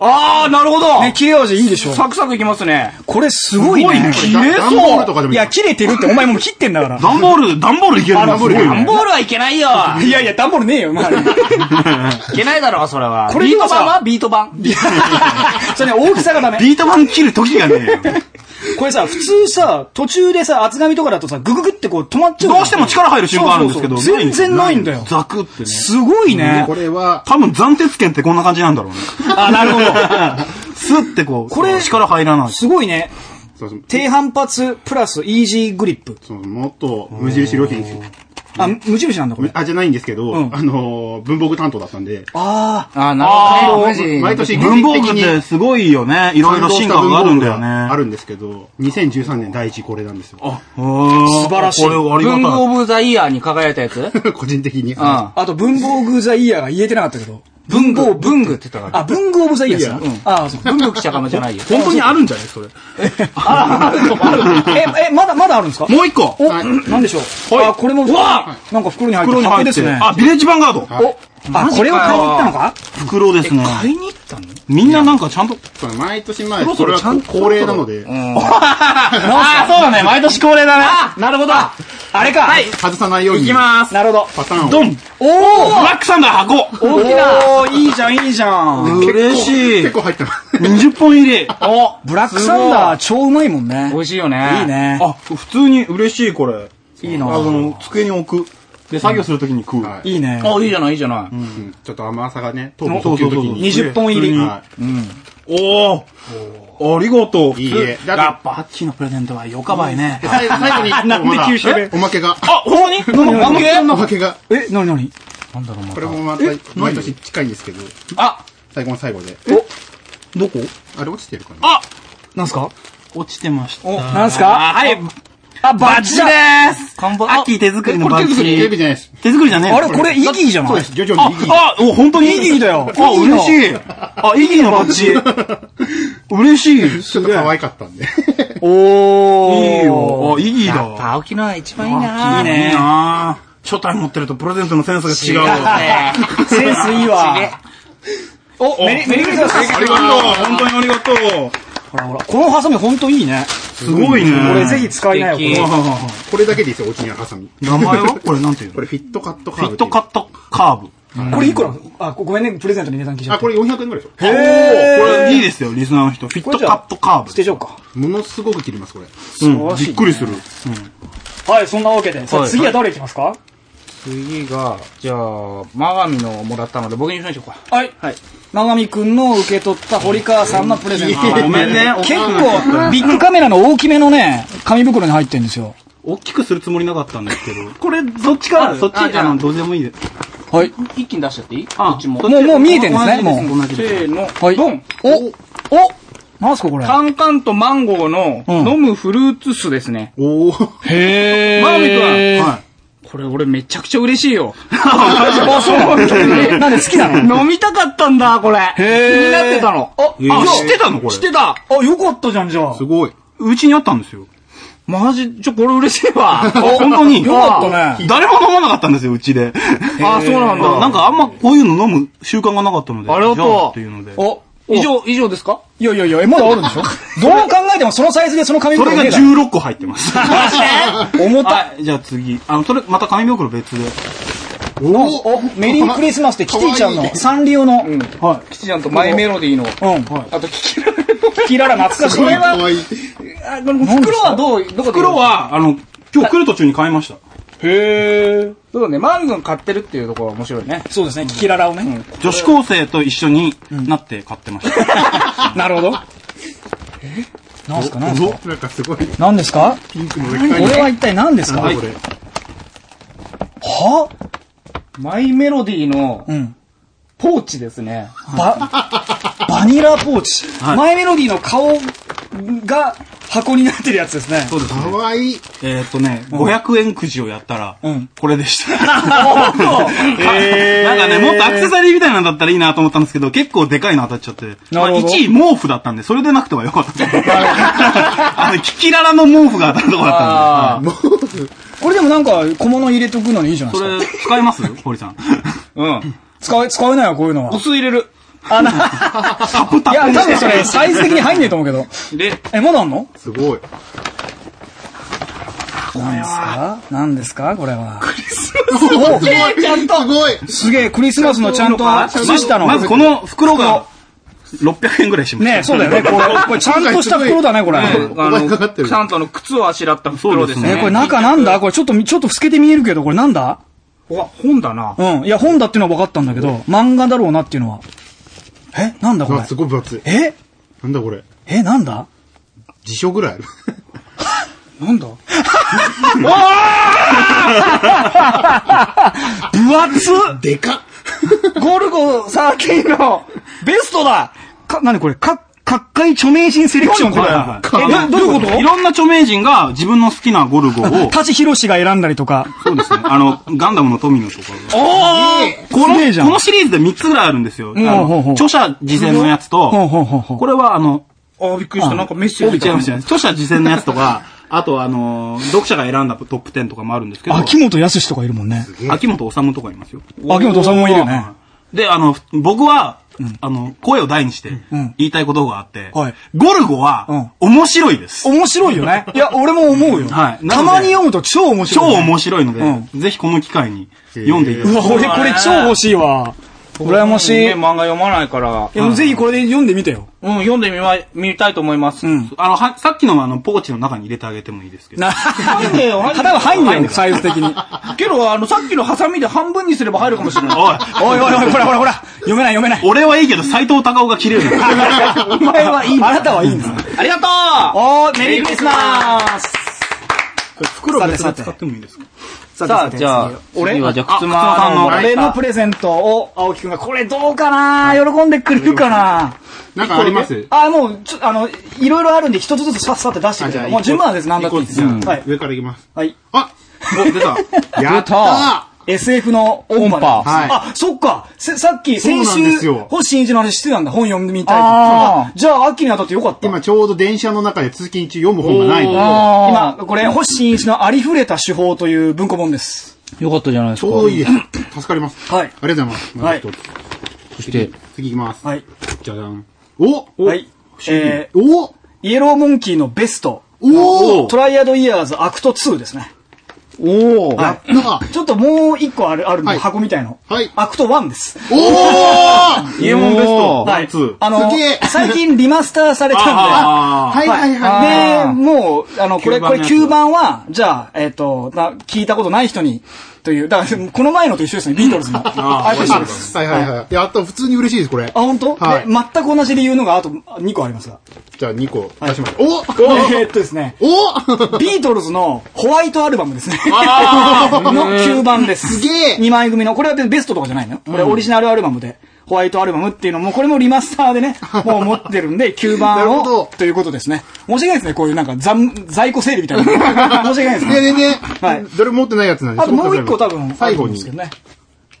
B: あー、なるほど
A: み。ね、切れ味いいでしょ。
B: サクサクいきますね。
A: これすごいね。
C: す
E: 切れそう段ボールとかでも
A: い
E: いい
A: や、切れてるって、お前もう切ってんだから。
C: ダンボール、ダンボールいける
A: あ
C: の
A: 段ボール
C: すごいね
B: 段ボールはいけないよ。
A: いやいや、段ボールねえよ、まあ。
B: いけないだろ、それは。
A: これ
B: ビー
A: 今
B: ト
A: さ
B: 版はビート版。
A: いや それね、大きさがダメ。
C: ビート板切る時がねえよ。
A: これさ、普通さ、途中でさ、厚紙とかだとさ、グググってこう止まっちゃう。
C: どうしても力入る瞬間あるんですけど
A: そうそうそう全然ないんだよ。
C: ザクってね。
A: すごいね
E: こ。れは、
C: 多分、斬鉄剣ってこんな感じなんだろうね。
A: あ、なるほど。
C: スッてこう、
A: これ
C: 力入らない。
A: すごいね。
E: そうそう
A: 低反発プラスイージーグリップ。
E: そのもっと無印良品ですよ。時
A: あ、
E: ね。
A: 無印なんだ、これ。
E: あ、じゃないんですけど、
A: うん
E: あのー、文房具担当だったんで、
A: あ
B: あー、なるほどね。無
E: 毎
B: 印。
E: 年
C: 文房具
E: 劇
C: っ
E: 的に
C: てすごいよね。いろいろ進化があるんだよね。
E: あるんですけど、2013年第一これなんですよ。
C: 素
A: 晴らしい
C: これありが
B: 文具
C: た
B: オ
C: い。
B: ブザイヤーに輝いたやつ
E: 個人的に。
B: あ
A: あ。あと、文房具ザイヤーが言えてなかったけど。
B: 文具、文具って言ったから。
A: あ、文具オブザイヤーですかうんあ、そう。
B: 文具記者かもじゃないよ。
F: 本当にあるんじゃないそれ。
A: え、え、まだ、まだあるんですか
F: もう一個。
A: お、なんでしょう。あ、これも、わなんか袋に入って
C: 袋
A: る。
C: に
A: 箱
C: 入
A: で
C: って
A: すね。
C: あ、ビレッジヴァンガード。
A: お、あ、これを買いに行ったのか
C: 袋ですね。
B: 買いに行ったの
C: みんななんかちゃんと、
E: そう毎年前、
C: そろそ
E: これ
C: ろ
E: は
C: ちゃんと
E: 恒例なので、
C: ああ、そうだね。毎年恒例だね。
A: なるほど。あれか。はい。
E: 外さないように。
F: いきまーす。
A: なるほど。
E: パターンを。
C: ドン
A: おお
C: ブラックサンダー箱
A: 大きな。おーいいじゃん、いいじゃん。
C: 嬉しい
E: 結。構入ってます。
C: 20本入 れ。
A: おブラックサンダー超うまいもんね
B: 美。味しいよね。
A: いい。ね。
C: あ、普通に嬉しい、これ。
A: いい
C: あ
A: な。
C: の、机に置く。で、作業するときに食う。
E: はい
A: いいね。
B: あ、いいじゃない、いいじゃない。
E: うんちょっと甘さがね、糖
C: お
E: 分補給の時に。
A: 20本入り。
E: は
C: おおありがとう。
E: いいいえ。
C: やっ
E: だ
C: ぱ、ハッキーのプレゼントはよかばいね
E: って、。最後最 後に、
A: なんで
E: まだ
A: 九州弁
E: えおまけが。
C: あ、ほんに
E: お
C: 何
E: ま
C: で
E: けおまけが。
A: え、なになに
B: なんだろう、ま
E: こ
B: た
E: れもまた、毎年近いんですけど、
B: あ、
E: 最後の最後で。
C: どこ
E: あれ落ちてるかな
C: あ
A: なんすか
C: 落ちてました。
A: お、なんすか
C: あ、はい、
A: あ、バッジだ
C: です
B: 看板。
C: アッキー手作りの
E: こ
C: バ
E: れ
C: ッ
E: 手作りテレ
C: ジ。
E: ビじゃないです。
C: 手作りじゃねえの
A: あれ、これ、イギーじゃない
E: そうです。徐々
C: あ
E: にいい。、
C: あ、お、本当に
A: イギーだよ
C: あ、
A: イギーの
C: 嬉しい。あ、イギーのバッ ジ。嬉しい。
E: ちょっと可愛かったんで。
A: おー。
C: いいよ。あ、イギー
B: やっ
C: だ。
B: ぱ青木のが一番いいな。
A: いいね
C: いいな初体持ってるとプレゼントのセンスが違うわ。
B: ね。
A: センスいいわ。お、メリメリークリスマス
C: ありがとう。本当にありがと
A: ほらほら、このハサミほんといいね。
C: う。すごいね。
A: これぜひ使いなよ、
B: 素敵
A: これ
C: はいはいはい
E: これだけでいいですよ、お家にあるハサミ。
C: 名前 はこれなんていうの
E: これフィットカットカ
C: フ
E: ー
C: ィ
E: ブ
C: ッ
E: ってい
C: ト
E: う。
C: カットカーブ。
A: これいくらあ、ごめんね、プレゼントに値段聞いちゃ
E: あ、
A: った。
E: これ400円ぐらいでしょ。
C: おーこれいいですよ、リスナーの人。フィットカットカーブ
A: 捨。てちゃおうか。
E: ものすごく切ります、これ。
C: うん、びっくりする。
A: はい、そんなわけで。さあ、
B: はい
A: 次は誰いきますか
B: 次が、じゃあ、マガミのをもらったので、僕にしましょうか。
A: はい。はい。長見くんの受け取った堀川さんのプレゼント。
C: あごめんね。
A: 結構、ビッグカメラの大きめのね、紙袋に入ってるんですよ。
C: 大きくするつもりなかったんですけど。これ、どっちから
B: あ
C: そっち、
B: あじゃ
C: あ
B: あ
C: の、どうでもいいです。
A: はい。
B: 一気に出しちゃっていいこ
C: あ
B: っちも。
C: こ
B: せ
C: っち
A: もうもう見えてんですね
C: 同じ
A: も
C: 同じです
B: ーの。
A: はい。
B: ドン。
A: おおなんすかこれ
B: カンカンとマンゴーの
A: うん
B: 飲むフルーツ酢ですね。
E: おー。
A: へー。
B: マーミッ
C: は
B: これ俺めちゃくちゃ嬉しい よ。
A: あ、そうなのなんで好きなの
B: 飲みたかったんだ、これ。気
A: へー
B: になってたの。
A: あ、
C: い。あ、知ってたのこ
B: 知っ
C: れ。
B: てた。
A: あ、よかったじゃん、じゃあ。
E: すごい。
C: うちにあったんですよ。
B: マジ、ちょ、これ嬉しい わ。
C: あ本当に。
A: よかったね。
C: 誰も飲まなかったんですよ、うちで。
B: あ、そうなんだ。
C: なんかあんまこういうの飲む習慣がなかったので。
B: ありがとう
C: じゃあっていうので。
A: お、
B: 以上、以上ですか
A: いやいやいや、えまだあるんでしょどう考えてもそのサイズでその紙
C: そ
A: 袋ね
C: れが
A: えだろ
C: 16個入って ます。
A: 重たい。
C: はい、じゃあ次。あの、それ、また紙袋別で。
A: お、おメリークリスマスってキティちゃん
E: かわ
A: の
E: いい
A: サンリオの。う。
B: うんん。
C: は
B: キチちゃんとマイメロディーの。
A: はい。
B: あと、キキララの。
A: キララ懐かしい。
E: これは可愛い。
B: あこの袋はどう、どこで
C: 袋は、あの、今日来る途中に買いました。
A: へー。
B: そうだね、マンゴー買ってるっていうところは面白いね。
A: そうですね、キララをね。
C: 女子高生と一緒になって買ってました。
A: なるほど。えなんすかなんすか
E: おなんかすごい
A: なんですか
E: ピンクの上
A: こ
E: か
A: れは一体何ですか
E: こ
A: は
E: れ。
B: マイメロディーの
A: うん。
B: ポーチですね。
A: バ、バニラポーチ。マイメロディの顔が箱になってるやつですね。
C: そうです
E: か
C: ね。
E: わいい。
C: えーっとね、500円くじをやったら
A: うん、
C: これでした。 なんかね、もっとアクセサリーみたいなのだったらいいなと思ったんですけど、結構でかいの当たっちゃって。ま
A: な
C: あ
A: るほど
C: 1位毛布だったんで、それでなくてはよかった。 あの、キキララの毛布が当たるとこだったんで。はい
B: ああ、
A: これでもなんか小物入れとくのにいいじゃないで
C: そ
A: すか。
C: れ、使えます堀さん。
B: うん。
A: 使え、使えないわ、こういうのは
B: お。酢入れる。
A: あ、な、いや、多分それサイズ的に入んねえと思うけど。
B: で、
A: え、まだあんの
E: すごい。
A: 何ですか何ですかこれは。
E: すごい。ちゃんと。すごい。
A: すげえ、クリスマスのちゃんと靴下の。
C: まずこの袋が、600円ぐらいしました。
A: ねそうだよね。これ、これちゃんとした袋だね、これ。
B: あ
E: お金かかって
B: の、
E: る
B: サンタの靴をあしらった袋です
C: そうです
A: え、
C: ね
B: ね。
A: これ中なんだこれちょっとみ、ちょっと透けて見えるけど、これなんだ
B: うわ、本だな。
A: うん。いや、本だっていうのは分かったんだけど、漫画だろうなっていうのは。えなんだこれ
E: あ、すごい分厚い。
A: え
E: なんだこれ。
A: え、なんだ
E: 辞書ぐらいある。
B: なんだ
A: 分厚っ
E: でかっ
A: ゴルゴ13のベストだか、なにこれ、か、各界著名人セレクションってこ
D: はいはい
A: とだえ、どどういうこ
D: いろんな著名人が自分の好きなゴルゴ
A: と
D: を、
A: 舘ひろしが選んだりとか。
D: そうですね。あの、ガンダムの富野とかが。
A: おーこ
D: この、
A: の、じゃん。
D: このシリーズで3つぐらいあるんですよ。あ
A: ほうほうほう
D: の著者事前のやつ
A: ほ
D: と、
A: うほうほうほう
D: これはあの、
B: ああ、びっくりした。なんかメッセー
D: 帯
B: ジみた
D: ちゃい
B: いな
D: ましたね。著者事前のやつとか、あとあの、読者が選んだトップ10とかもあるんですけど、
A: 秋元康とかいるもんね。
D: 秋元治とかいますよ。
A: 秋元さんもいるよね。
D: で、あの、僕は、あの、声を大にして
A: うん
D: 言いたいことがあって、
A: はい
D: ゴルゴは面白いです。
A: 面白いよ ね。いや、俺も思うよ。
D: はいなので
A: たまに読むと超面
D: 超
A: 白い、
D: 面白いので、
A: う
D: ぜひこの機会に読んでいただ
A: う
D: き
A: わ、俺これ超欲しいわ。羨ましい。
B: ね
A: い
B: 漫画読まないから。
A: や、ぜひこれで読んでみてよ。
B: うん、読んでみま、見たいと思います。
A: うん。
D: あの、は、さっきのあの、ポーチの中に入れてあげてもいいですけど。
A: な、
B: 入んねえ よ、入んねえ
A: た
B: よ
A: だ入んないよ、サイズ的に。
B: けど、あの、さっきのハサミで半分にすれば入るかもしれない。
D: おい、
A: おいおいおい、ほらほらほら、読めない読めない。
D: 俺はいいけど、斎藤隆夫が切れ るな。
A: お前はいいあなたはいいんです。
B: ありがと
A: おー、メリークリスマス
D: 袋別
A: さ
D: で
A: てさて
D: 使ってもいいですか
A: さ
B: うさあ、じゃあ、次は、じゃあ、くつまさんの。
A: 俺のプレゼントを、青木くんが、これどうかな喜んでくれるかな
E: なんかあります
A: あ、もう、ちょ、あの、いろいろあるんで、一つずつさっさって出してください。もう順番はです、なんだっていいです。
E: は
A: はい
E: い。。上からいきます。
A: はい。
E: あ
D: お、出 た。
E: やったー
A: SF の音波
B: 音波
E: はい
A: あ、そっか。せさっき、先
E: そうなんです
A: 週、
E: よ
A: 星新一の話してたんだ。本読んでみたいと
B: あ
A: じゃあ、秋に当たってよかった。
E: 今ちょうど電車の中で通勤中読む本がないので
A: 今、これ、星新一のありふれた手法という文庫本です。
B: よかったじゃないです
E: ちょうどいいです。助かります。
A: はい
E: ありがとうございます。
A: はい
E: まず一つ
B: そして、
E: 次いきます。
A: はい。
E: じゃじゃん。お
A: はい。えー、
E: お
A: イエローモンキーのベスト。
E: おお
A: トライアドイヤーズアクト2ですね。
B: おー。
E: やった
A: ちょっともう一個ある、あるの、
E: はい
A: 箱みたいの。
E: はい
A: アクト1です。
E: おー
D: イエモンベスト、
A: は
D: ワン
A: い
D: ツー。
A: あの
E: すげえ、
A: 最近リマスターされ たんで。
D: あ
E: はいはいはい。
A: で、もう、あの、これ、
D: 吸盤の
A: これ
D: やつ
A: 吸盤は、じゃあ、えっ、と、な聞いたことない人に、という、だから、この前のと一緒ですね、ビートルズの。あれと一緒です。
E: はいはいはい。やった、普通に嬉しいです、これ。
A: あ、本当？
E: は
A: で
E: い
A: 全く同じ理由のが、あと2個ありますが。
E: じゃあ2個出しましょう。
A: えーっとですね、
E: おおお
A: ビートルズのホワイトアルバムですね。 の吸盤です。
E: すげえ
A: 2枚組の、これはベストとかじゃないのよ。これオリジナルアルバムで。ホワイトアルバムっていうのも、これもリマスターでね、もう持ってるんで、吸
E: なる
A: 盤
E: ほど
A: を、ということですね。申し訳ないですね、こういうなんか、残在庫整理みたいな。申し訳ないです
E: で
A: ね。
E: でね
A: はい、
E: どれも持ってないやつなんで
A: あともう一個多分あ
E: すごく助、かります最
A: ると思
E: 後
A: うんです
E: に
A: け。どね。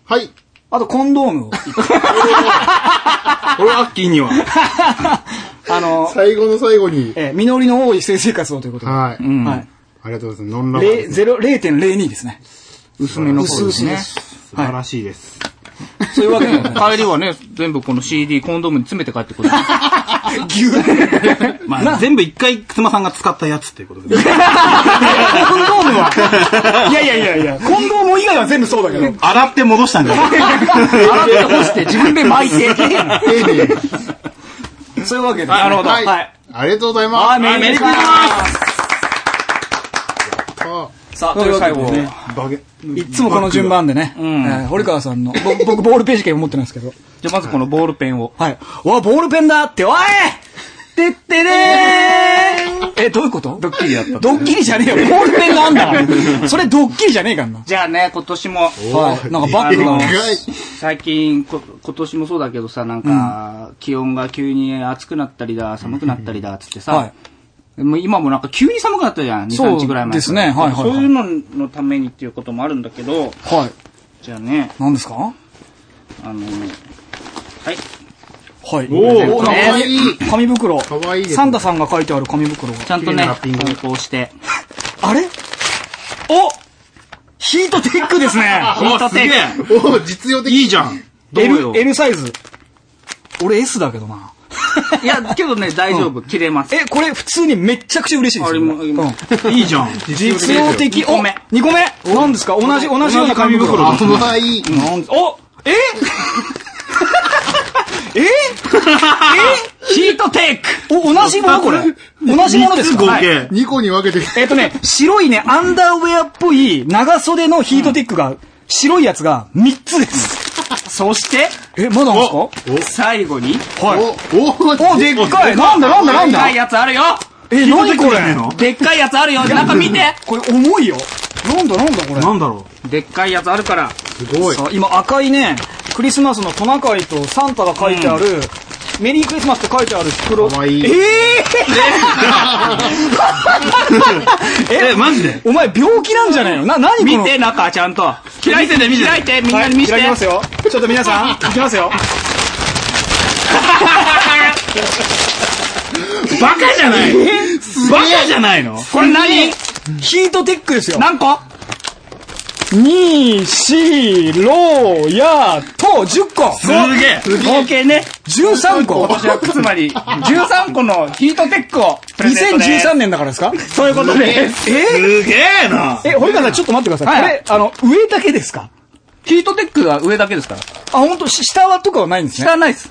E: はい。
A: あと、コンドームを。
D: これアッキーには。
A: あの、
E: 最後の最後に。
A: えー、実りの多い性生活をということで。は
E: はい。
A: い。
E: ありがとうございます。ノンラバー
A: れい
E: です。
A: ゼロ0.02ですね。
D: 薄めの方ですね。
A: 薄
D: 素晴らしいです。
A: そういうわけでございま
B: 帰りはね、全部この CD、コンドームに詰めて帰ってくる。
A: す。ぎゅー。
D: まあ、全部一回、くつまさんが使ったやつっていうことで。
A: コンドームは。いやいやいやいや、コンドーム以外は全部そうだけど。
D: 洗って戻したんじゃない
B: 洗って干して、自分で巻いて。
E: 丁寧に
A: そういうわけで。
B: なるほど
A: は。
E: はいい
A: はい
E: ありがとうござい
A: あ
E: ま
A: ー、メリークリスマスさあ、というわけでね、
D: バゲ
A: いつもこの順番でね、えー堀川さんの、ぼ僕ボールペンしか持ってないんですけど、
B: じゃあまずこのボールペンを。
A: はい。わ、ボールペンだって、おいてってれーえ、どういうことドッキリだった。ドッキリじゃねえよ、ボールペンなん だそれドッキリじゃねえからな。
B: じゃあね、今年も、
A: はい。 なんかバッグ
E: す。
A: が
E: は
A: ね、
E: い。
B: 最近こ、今年もそうだけどさ、なんか、気温が急に暑くなったりだ、寒くなったりだ、つってさ、
A: は
B: もう今もなんか急に寒くなったじゃん、2、
A: そう
B: 3日ぐらい前から。
A: ですねはいはいはい
B: そういうののためにっていうこともあるんだけど、
A: はい。
B: じゃあね、
A: 何ですか
B: あの、はい。
A: はい。
E: ー
A: おなんか
E: かわいい
A: 紙袋。
E: かわいいですね
A: サンタさんが書いてある紙袋が。
B: ちゃんと
E: 綺麗な
B: ね
E: ラッピング、
B: 投稿して。
A: あれおヒートテックですね
B: ヒートテック。
E: おー実用的。いいじゃん。
B: どうよ
A: L, L サイズ。俺 S だけどな。
B: いや、けどね、大丈夫。切れます。
A: え、これ普通にめっちゃくちゃ嬉しいです
B: あれ
A: よ。
B: も、
A: うん
B: 今
D: いいじゃん。
A: 実用的。
B: 二個目
A: 2個目何ですか同じ、同じような紙袋。
E: かわいい。
A: なんおええ
B: ヒートテック
A: お、同じものこれ。同じものですか
D: 合
A: はい
D: 計。
E: 2個に分けて。
A: えっとね、白いね、アンダーウェアっぽい長袖のヒートテックが、白いやつが3つです。
B: そして、
A: え、まだなんです
B: 最後に、
A: かはい。
E: お、お、
A: お、でっかいなんだなんだなん
B: でか
A: だ
B: いやつあるよ
A: え、何こ
C: 聞いた時じゃないの
A: れでっかいやつあるよ中見てこれ重いよなんだなんだこれ
C: なんだろ
B: でっかいやつあるから。
E: すごい。
A: さあ今赤いね、クリスマスのトナカイとサンタが書いてある、メリークリスマスって書いてある袋。
E: かわいい
A: えー
C: う。え、マジで
A: お前病気なんじゃないのな、何この
B: 見て、中、ちゃんと。開いてね、開いて、みんなに見せ
A: はい開きま。
B: て
A: すよ。ちょっと皆 さん、いきますよ。
C: バカじゃないバカじゃないの
B: これ何
A: ヒートテックですよ。
B: 何個
A: に、し、ろ、や、と、10個。
C: すげえ
B: 合計ね、
A: 13個。
B: 今年は靴まり13個のヒートテックをプレゼントです。
A: 2013年だからですか
B: そういうことです。
A: え
C: すげえな
A: え、堀川さん、ちょっと待ってください。
B: はい
A: これ、あの、上だけですか
B: ヒートテックが上だけですから。
A: あ、本当下はとかはないんですね
B: 下。はないです。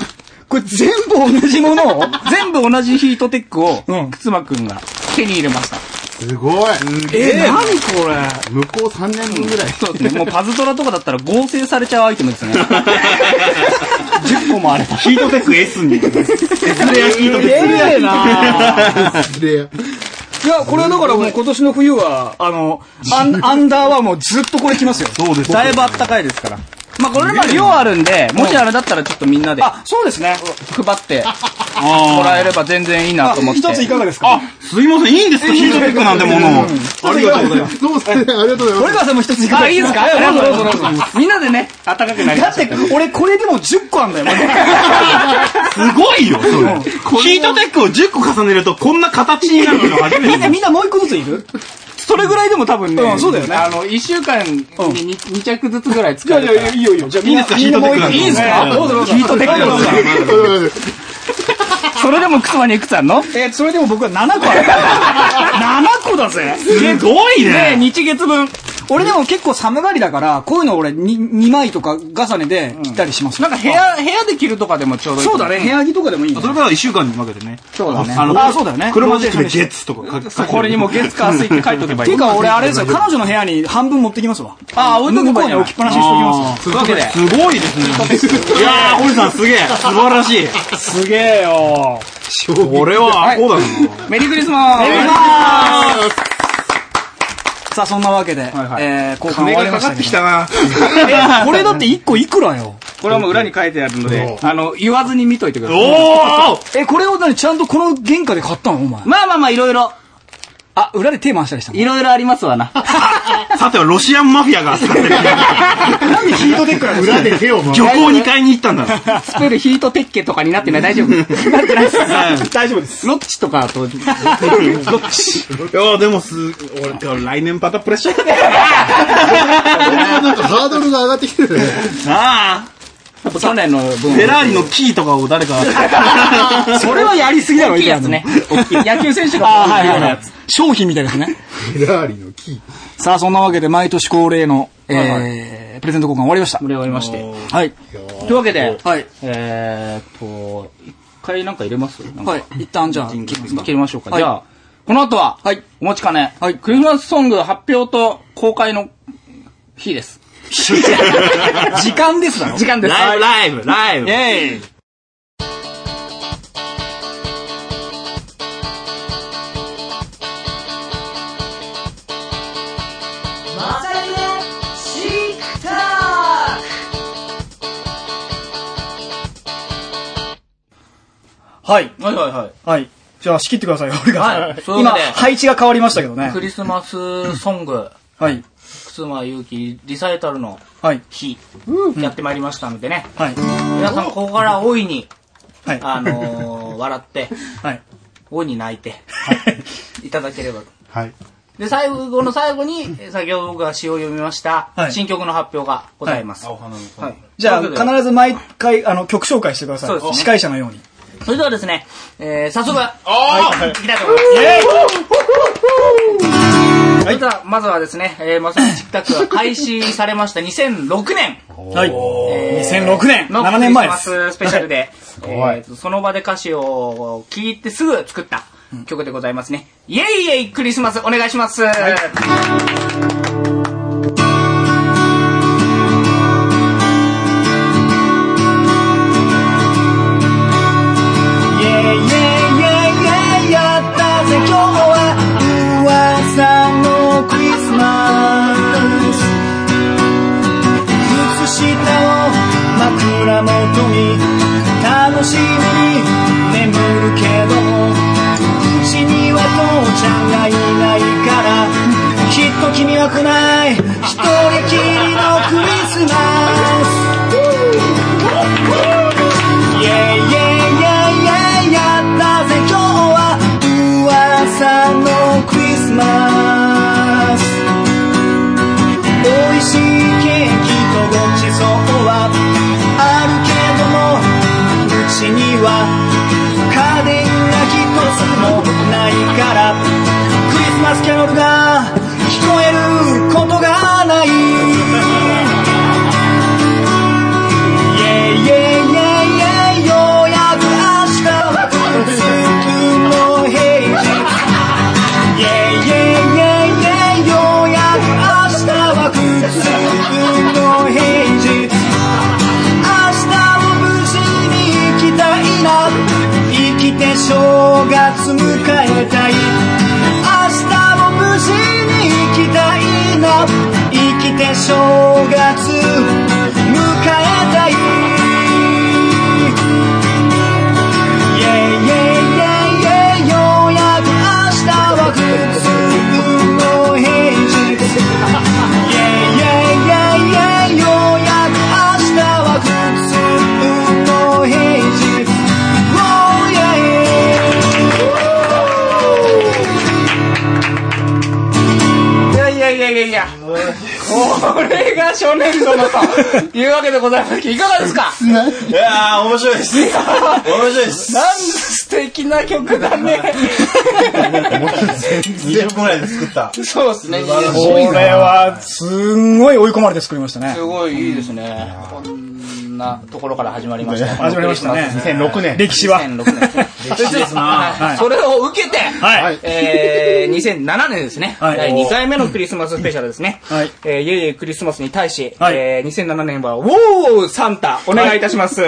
A: これ全部同じものを
B: 全部同じヒートテックを
A: うん、
B: くつまくんが手に入れました。
E: すごい。
A: えー、何これ
E: 向こう3年分ぐらい。
B: そうですね。もうパズドラとかだったら合成されちゃうアイテム ですね。
A: ?10 個もあれば。
C: ヒートテック S に。S レアヒート
A: え
C: テック。
A: えな
E: で、
A: いや、これはだからもう今年の冬は、あ の、アンアンダーはもうずっとこれ着ますよ。
C: そうです。
B: だいぶあったかいですから。まあこれまあ量あるんで、もしあれだったらちょっとみんなで
A: あ、そうですね。
B: 配っても
C: あ
B: らえれば全然いいな
A: あ
B: と思って。
A: 一ついかがですか
C: ーすいません、いいんですかヒートテックなんてものを。
E: ありがとうございます。どうもすいませんありがとうござい
A: 堀
E: ます。
A: 川さんも一ついかが
B: あ、いいですか
A: はいどうぞどうぞどうぞ。
B: みんなでね、暖かくなり
A: だ
B: ま
A: っ
B: した。
A: て、俺これでも10個あん だよ、
C: すごいよ、それ。ヒートテックを10個重ねると、こんな形になるの初め
A: み
C: て
A: んな、
C: 見
A: みんなもう一個ずついる
B: それぐらいでも多分ね、
A: うんそうだよね
B: あの、一週間に 2, 着ずつぐらい使
A: いやいやい
B: えるから
A: や、いいよいいよ。じゃあみんな、
C: いいですか
A: みんなもう一個。
C: ヒートテックなんて
A: いいんですかどうぞどうぞ。ヒートテック
B: なんてそれでも靴はにいくつあんの
A: えー、それでも僕は7個ある。7個だぜ
C: すごい
B: ね
C: ね。
B: 日月分。
A: 俺でも結構寒がりだから、こういうの俺 2, 2枚とか重ねで着たりします。
B: なんか部屋、部屋で着るとかでもちょうどいい。
A: そうだね、部屋着とかでもいいね
C: それから1週間に分けてね。
A: そうだね。
C: あの
A: あ、そうだよね。
C: 車でジェッツとか書
B: これにもう月火水って書いとけば
A: て
B: い
A: いう
B: い。
A: か俺あれですよ、彼女の部屋に半分持ってきますわ。
B: あー置いとけ
A: 向
B: ば
A: こ
B: いうい
A: に
B: な
A: 置きっぱなしにしておきます
B: というわけで。
C: すごいですね。いやー、堀さんすげえ。素晴らしい。
A: すげえよ
C: これはアコだな。
B: メリークリスマス
A: メリークリスマさあ、そんなわけで、
B: はい
A: えー、交換終わりましたけど。
C: たな。
A: えこれだって1個いくらよ
B: これはもう裏に書いてあるので、あの、言わずに見といてください。
C: おー
A: え、これを何ちゃんとこの原価で買ったのお前。
B: まあまあまあ、いろいろ、
A: あ、裏で手回したりしたの
B: いろいろありますわな。
C: さてはロシアンマフィアが使ってる。
A: なんでヒートテックなん
E: 裏で手を回
C: 漁港に買いに行ったんだ。
B: スペルヒートテッケとかになってない大 丈夫なってないっす。大丈夫です。ロッチとかと、
C: いやーでもす、俺、来年またプレッシャーかけ
E: なんかハードルが上がってきてるね。
C: なあ
B: 去年の分。
C: フェラーリのキーとかを誰か、
A: それはやりすぎだろ、
B: 大きいやつね。大きい。野球選手の
A: あー、はい
B: 大
A: は
B: き
A: い
B: い
A: は
B: や
A: い
B: つ。。
A: 商品みたいですね。
E: フェラーリのキー。
A: さあ、そんなわけで毎年恒例の、えー、プレゼント交換終わりました
B: 盛。り上がりまして。
A: はい。
B: というわけで、
A: はい。
B: えーっと、一回なんか入れますなんか
A: はい。一旦じゃあ、切りますか
B: 切りましょうか。
A: はい
B: じゃあ、この後は、
A: はい
B: お待ちかね、
A: はい
B: クリスマスソング発表と公開の日です。
A: 時間ですだろ。
B: 時間です。
C: ライブ、ライブ、ライブ。
A: イェイ
G: マサルのシークターク
A: はい。
B: はいはいはい。
A: はい。じゃあ仕切ってく ださいよ、俺が。
B: はいそういう
A: 今、
B: わけで
A: 配置が変わりましたけどね
B: ク。リスマスソング、
A: はい。
B: 靴間ゆうきリサイタルの
A: はい。
B: 日、やってまいりましたのでね、
A: はい。
B: 皆さんここから大いに、
A: はい。
B: あのー、笑って、
A: はい。
B: 大いに泣いて、いただければと。
E: はい。
B: で、最後の最後に、先ほど僕が詩を読みました、
A: はい
B: 新曲の発表がございます。はい
A: じゃあ、
B: というわけで
A: 必ず毎回、あの、曲紹介してくださ
B: そう
A: い。
B: ですね
A: 司会者のように。
B: それではですね、えー、早速、
E: あ
B: いきたいと思います。それでは、まずはですね、えー、まさにチクタクが開始されました2006年
A: はい。2006年、
B: の
A: 7年前です
B: クリス。マススペシャルで、
E: ごい
B: えーとその場で歌詞を聞いてすぐ作った曲でございますね。イェイイェイクリスマスお願いします。
A: イェイイェイイェイイェイやったぜ今日
C: が来ない一人きりのクリスマスイェイイェイイェイイェイやったぜ今日は噂のクリスマス美味しいケーキとごちそうはあるけどもうちには家電が一つもないからクリスマスキャロルが聞こえることがないイェイイェイイェイイェイようやく明日は月の平日イェイイェイイェイイェイようやく明日はくっつくの平日明日も無事に行きたいな生きて正月迎えたい明日も無事に行きたいな生きて正月迎えたい Yeah, yeah, yeah, yeah ようやく明日は普通の平日 Yeah, yeah, yeah, yeah ようやく明日は普通の平日 Oh, yeah, yeah
A: いやいやいやいやいや。これが初年度のというわけでございます。いかがですか
B: いやー、面白いです。面白いです。
A: なんて素敵な曲だね。
B: 20分くらいで作った。
A: そうですね。
C: これはすんごい追い込まれて作りましたね
A: すごいいいですね。こんなところから始まりました。
C: 始まりましたね
H: 2006年。
C: 歴史は
A: 2006年。
B: 歴史ですな。
A: はいそれを受けて、
C: はい
A: えー、2007年ですね、
C: はい
A: 第2回目のクリスマススペシャルですね。
C: はい
A: えー、イエイエイクリスマスに対し、
C: はい
A: えー、2007年は、ウォーサンタ、お願いいたします。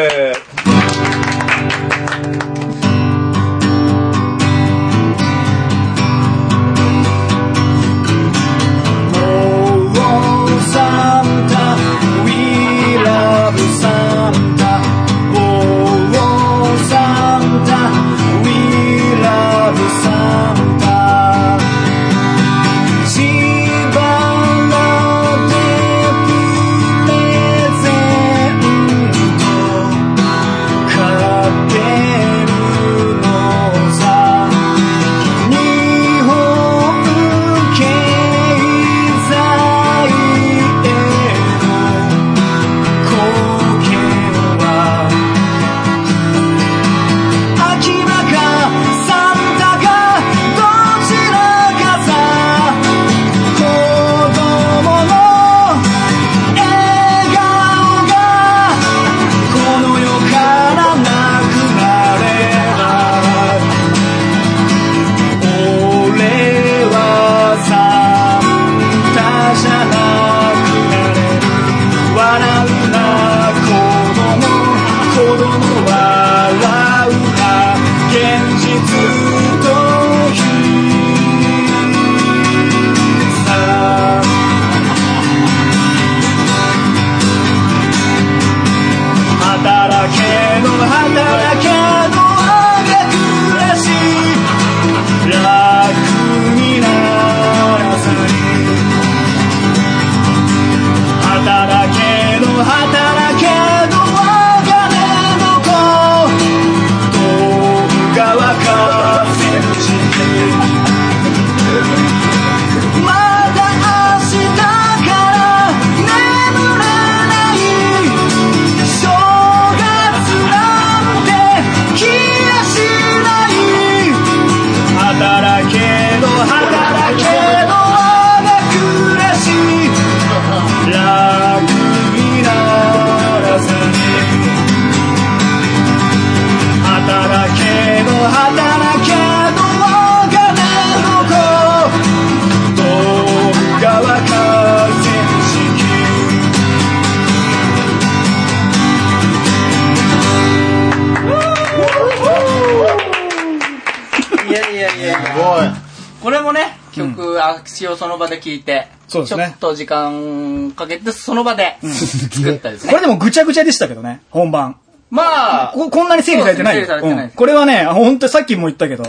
A: いやいやいやいや。これもね、曲、アクシをその場で聴いて、
C: そうですね
A: ちょっと時間かけて、その場で作ったです
C: こ
A: ね。
C: れでもぐちゃぐちゃでしたけどね、本番。
A: まあ、
C: ここんなに整理されてないよ
A: そう整理されてない
C: うんこれはね、本当にさっきも言ったけど、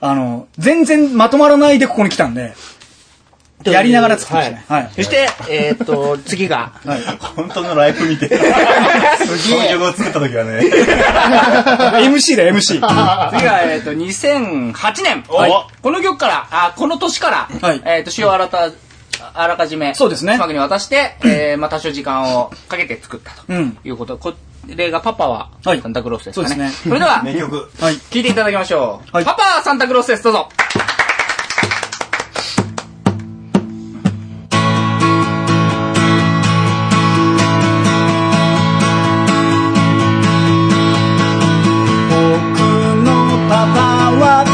C: あの、全然まとまらないでここに来たんで、
I: という
A: やりながら作ってました
I: はい。そして、えーっと、次 が、
D: 本当のライブ 見て、こういう曲を作った時はね、
A: MC だ、MC。
B: 次は、えっ、と、2008年。はいこの曲から、あ、この年から、
A: はい
B: えっ、と、詩をあらた、あらかじめ、
A: そうですね
B: 妻に渡して、えーまあ、多少時間をかけて作ったと
A: うん
B: いうこと。これがパパは、
A: はい
B: サンタクロースですか
A: そ
B: ね。
A: うですね
B: それでは、
D: 名曲。
B: 聞いていただきましょう。
A: はい
B: パパはサンタクロースです。どうぞ。
A: 僕のパパは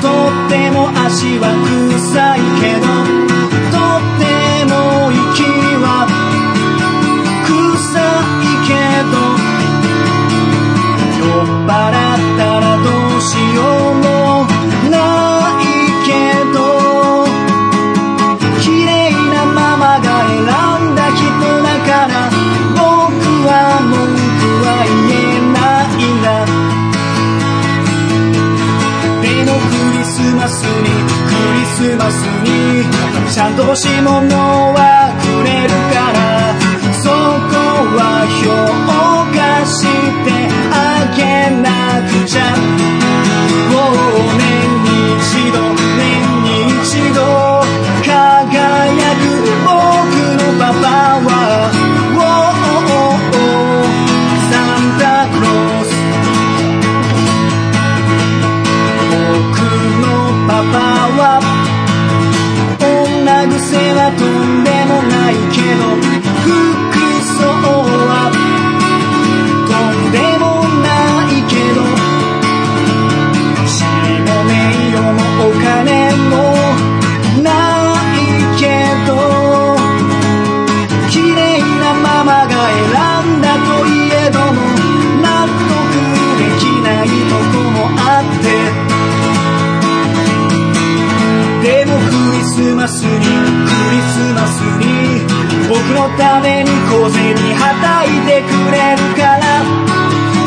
A: とっても足は臭いけどとっても息は臭いけど酔っ払ったらどうしようもないけど綺麗なママが選んだ人だから僕は文句は言えないんだでもクリスマスにクリスマスにちゃんと欲しいものはくれるからそこは評価してあげなくちゃもう年に一度年に一度輝く僕のパパは Wow サンタクロース僕のパパは女癖はとんでもないけど服装はとんでもないけど血も名誉もお金もないけど綺麗なママが選んだといえども納得できないとこもあってでもクリスマスにクリスマスに僕のために小銭はたいてくれるから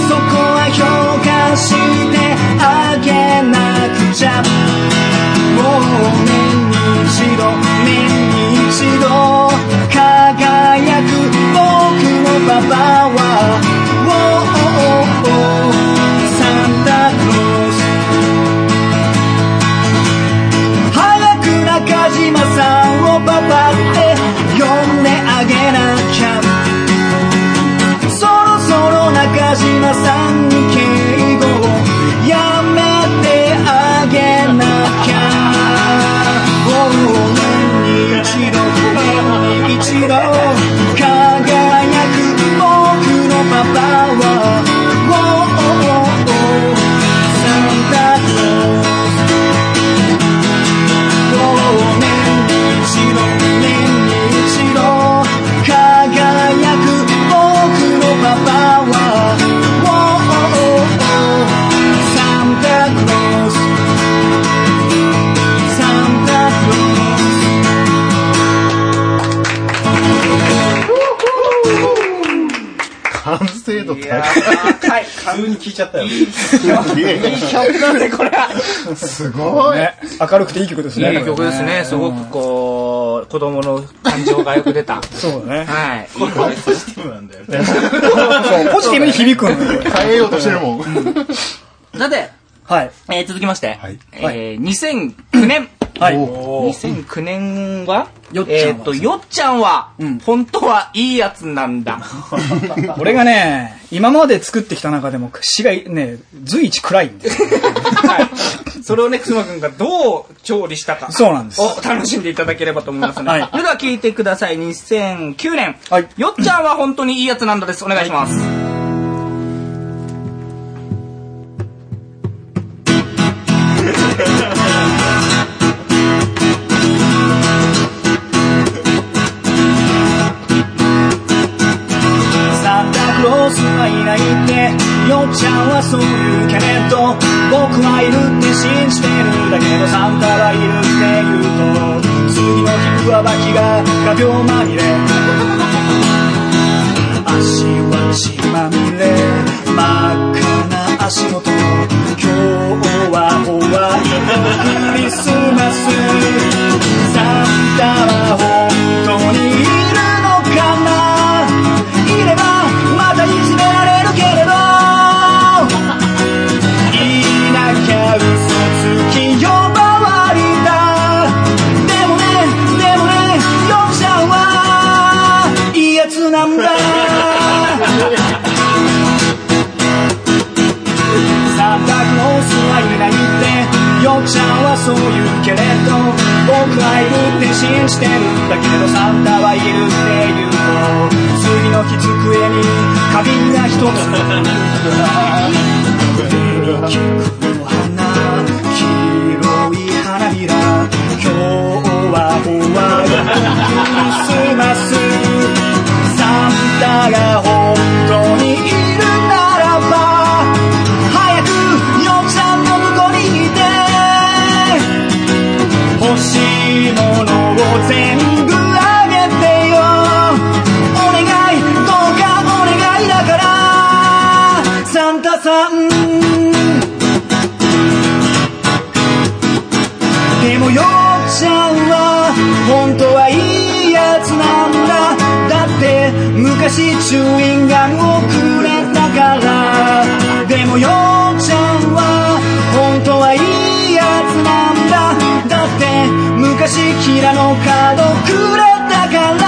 A: そこは評価してあげなくちゃもう年に一度年に一度輝く僕のパパは Wow サンタクロース早く中島さんをパパって呼んであげなきゃそろそろ中島さんに敬語をやめてあげなきゃもう年に一度年に一度輝く僕のパパは Wow サンタクロースもう年に一度年に一度輝く僕のパパはサンタクロースサンタクロース
E: 完成度高い。
B: はい。
D: 普通に聴いちゃったよ。
E: すごい。
A: 明るくていい曲ですね
B: いい曲ですね。すごくこう、子供の感情がよく出た。
A: そうだね
B: はい。
A: そうポジティブに響くんだよ
E: 変えようとしてるもん。
B: さて、
A: はい
B: えー続きまして、
D: い
B: えー2009年。
A: はい
B: 2009年は
A: よっちゃんは
B: えーと、よっちゃんは、本当はいいやつなんだ。
A: 俺がね今まで作ってきた中でも詩がね随一暗いんです
B: はい。それをね、くすまくんがどう調理したか。
A: そうなんです
B: を楽しんでいただければと思いますね。
A: はい
B: それでは聞いてください。2009年。
A: はい
B: よっちゃんは本当にいいやつなんだです。お願いします。
A: サンタクロースはいないってよっちゃんはそう言うけれど僕はいるって信じてるんだけどサンタはいるって言うと次の日上履きが画鋲まみれ足は血まみれ真っ赤な足元今日はホワイトクリスマスサン僕はいるって信じてるんだけどサンタはいるって言うの次の日机に花瓶が一つの花黄色い花びら今日は終わるクリスマスサンタが本当にいるならば早くよっちゃんの向こうにいて欲しいものを全部あげてよお願いどうかお願いだからサンタさんでもよっちゃんは本当はいいやつなんだだって昔チューインガムをくれたからでもよっちゃんは本当はいいやつなんだだって昔キラのカードくれたから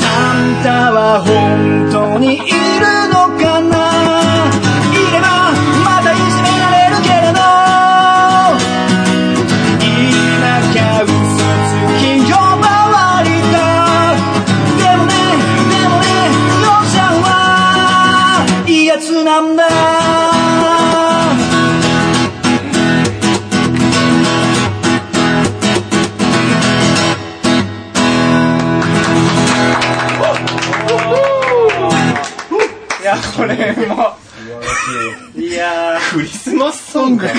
A: サンタは本当にいるのかないればまたいじめられるけれどいなきゃ嘘つき呼ばわりだでもねでもねのちゃんはいいやつなんだ
C: いや、これも。いやー、
J: クリスマスソング。
K: クリ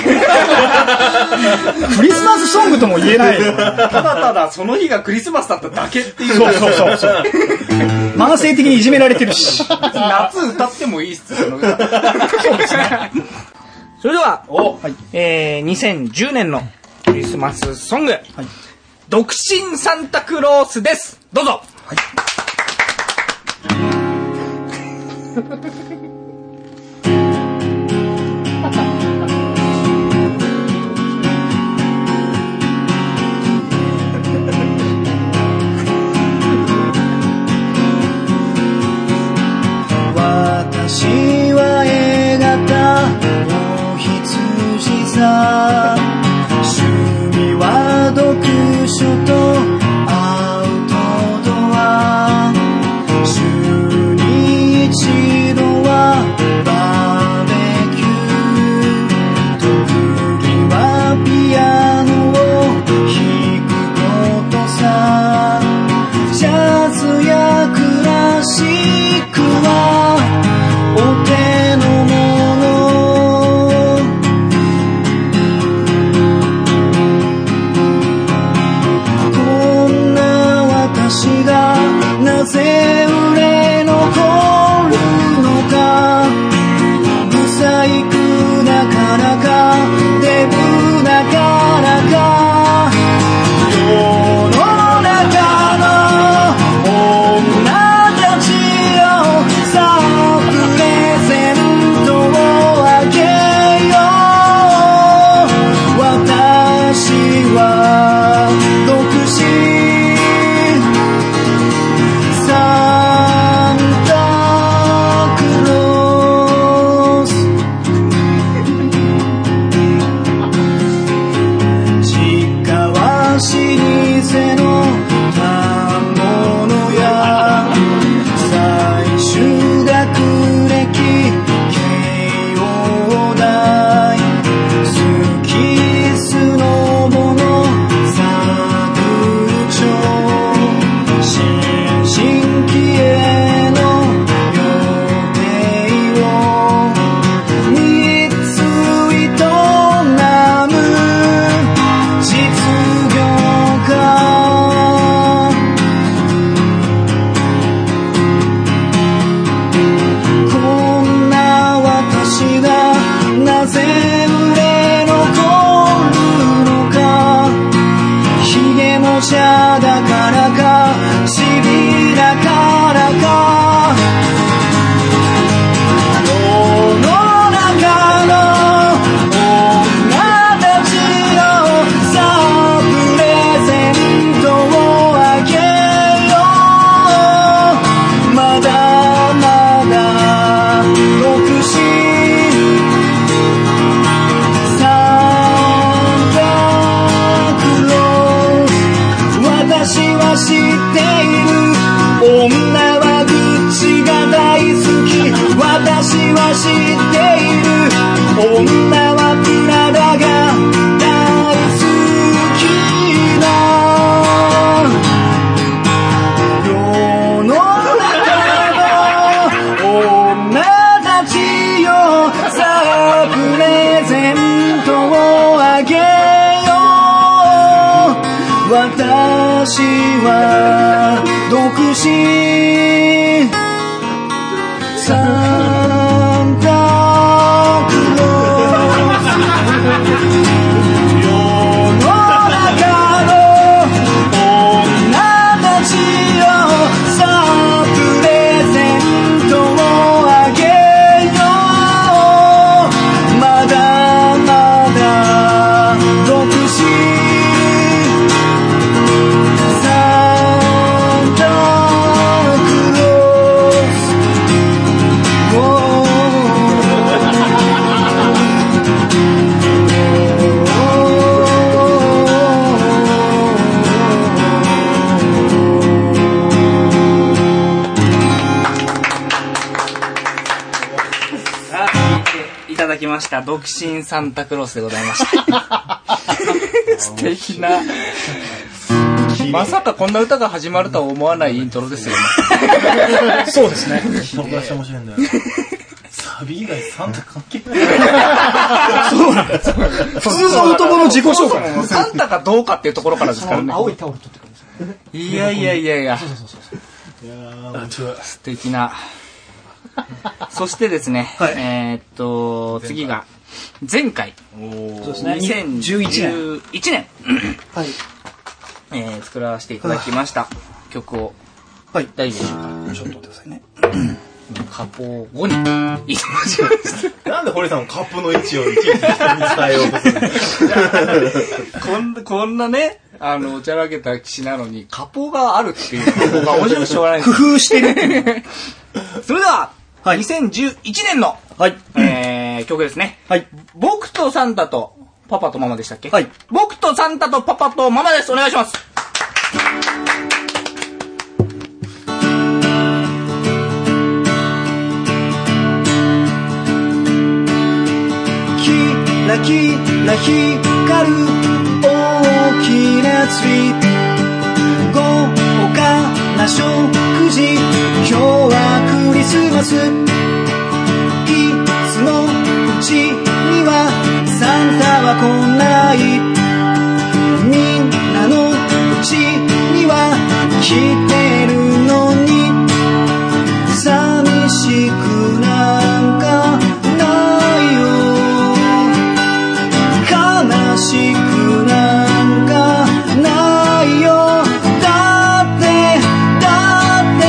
K: スマスソングとも言えない。
C: ただただその日がクリスマスだっただけっていう。
K: そうそうそうそう。慢性的にいじめられてるし。
C: 夏歌ってもいいっすよ、その歌。
B: それでは、えー、2010年のクリスマスソング、独身サンタクロースです。どうぞ。
A: 私は A 型お羊座趣味は読書とアウトドア週に一度は私は独身サンタクロース世の中の女たちよさあプレゼントをあげようまだまだ独身サンタクロース
B: さあ、聞いていただきました。独身サンタクロースでございま した。素敵な。まさかこんな歌が始まるとは思わないイントロですよね。
L: そうですね。
C: 僕がして面白いんだよ。サビ以外サンタ関係ない。
L: 普通の男の自己紹介。
B: サンタかどうかっていうところからですからね。
C: 青いタオル取ってくるんですよ。
B: いやいやいやいや、
C: あ、違う。
B: 素敵な。そしてですね、えーっと、次が、前回、
C: お
L: ね
B: 2011年、
C: はい。
B: えー作らせていただきました曲を、
L: はい
B: 大丈夫でし
L: ちょ
B: ょうか
L: っと待ってくださいね。
B: 加工後に移動しまし
C: なんで堀さんもカップの位置をいちいち人に伝えようとするの
B: た。こんこんなね、あの、おちゃらけた騎士なのに、加工があるっ ていうのが面白くしょうがない工夫してる。 それでは、2011年の、えー曲ですね。
L: はい。
B: 僕とサンタと、パパとママでしたっけ
L: はい。
B: 僕とサンタとパパとママです。お願いします。
A: キラキラ光る大きなツリー豪華な食事今日はクリスマスいつもうちにはサンタは来ないみんなのうちには来てるのに寂しくなんかないよ悲しくなんかないよだってだって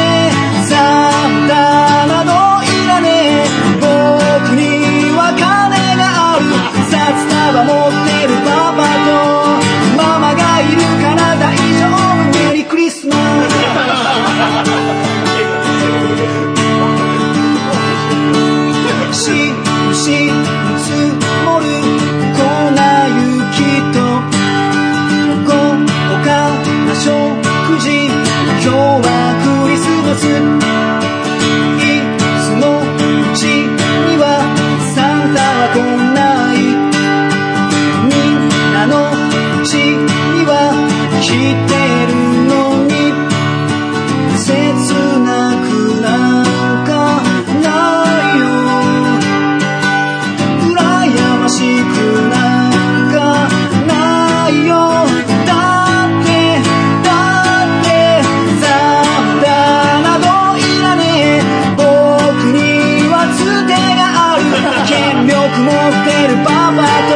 A: サンタなどいらねえ僕には金がある札束持ってるパパとママがいるから大丈夫メリークリスマスしむしむ積もる粉雪と豪華な食事今日はクリスマスいつもうちにはサンタは来ないみんなのうちには来てるのに切なくなんかないよ羨ましくなんかないよだってだってサンタなどいらねえ僕にはつてがある権力持ってるパパと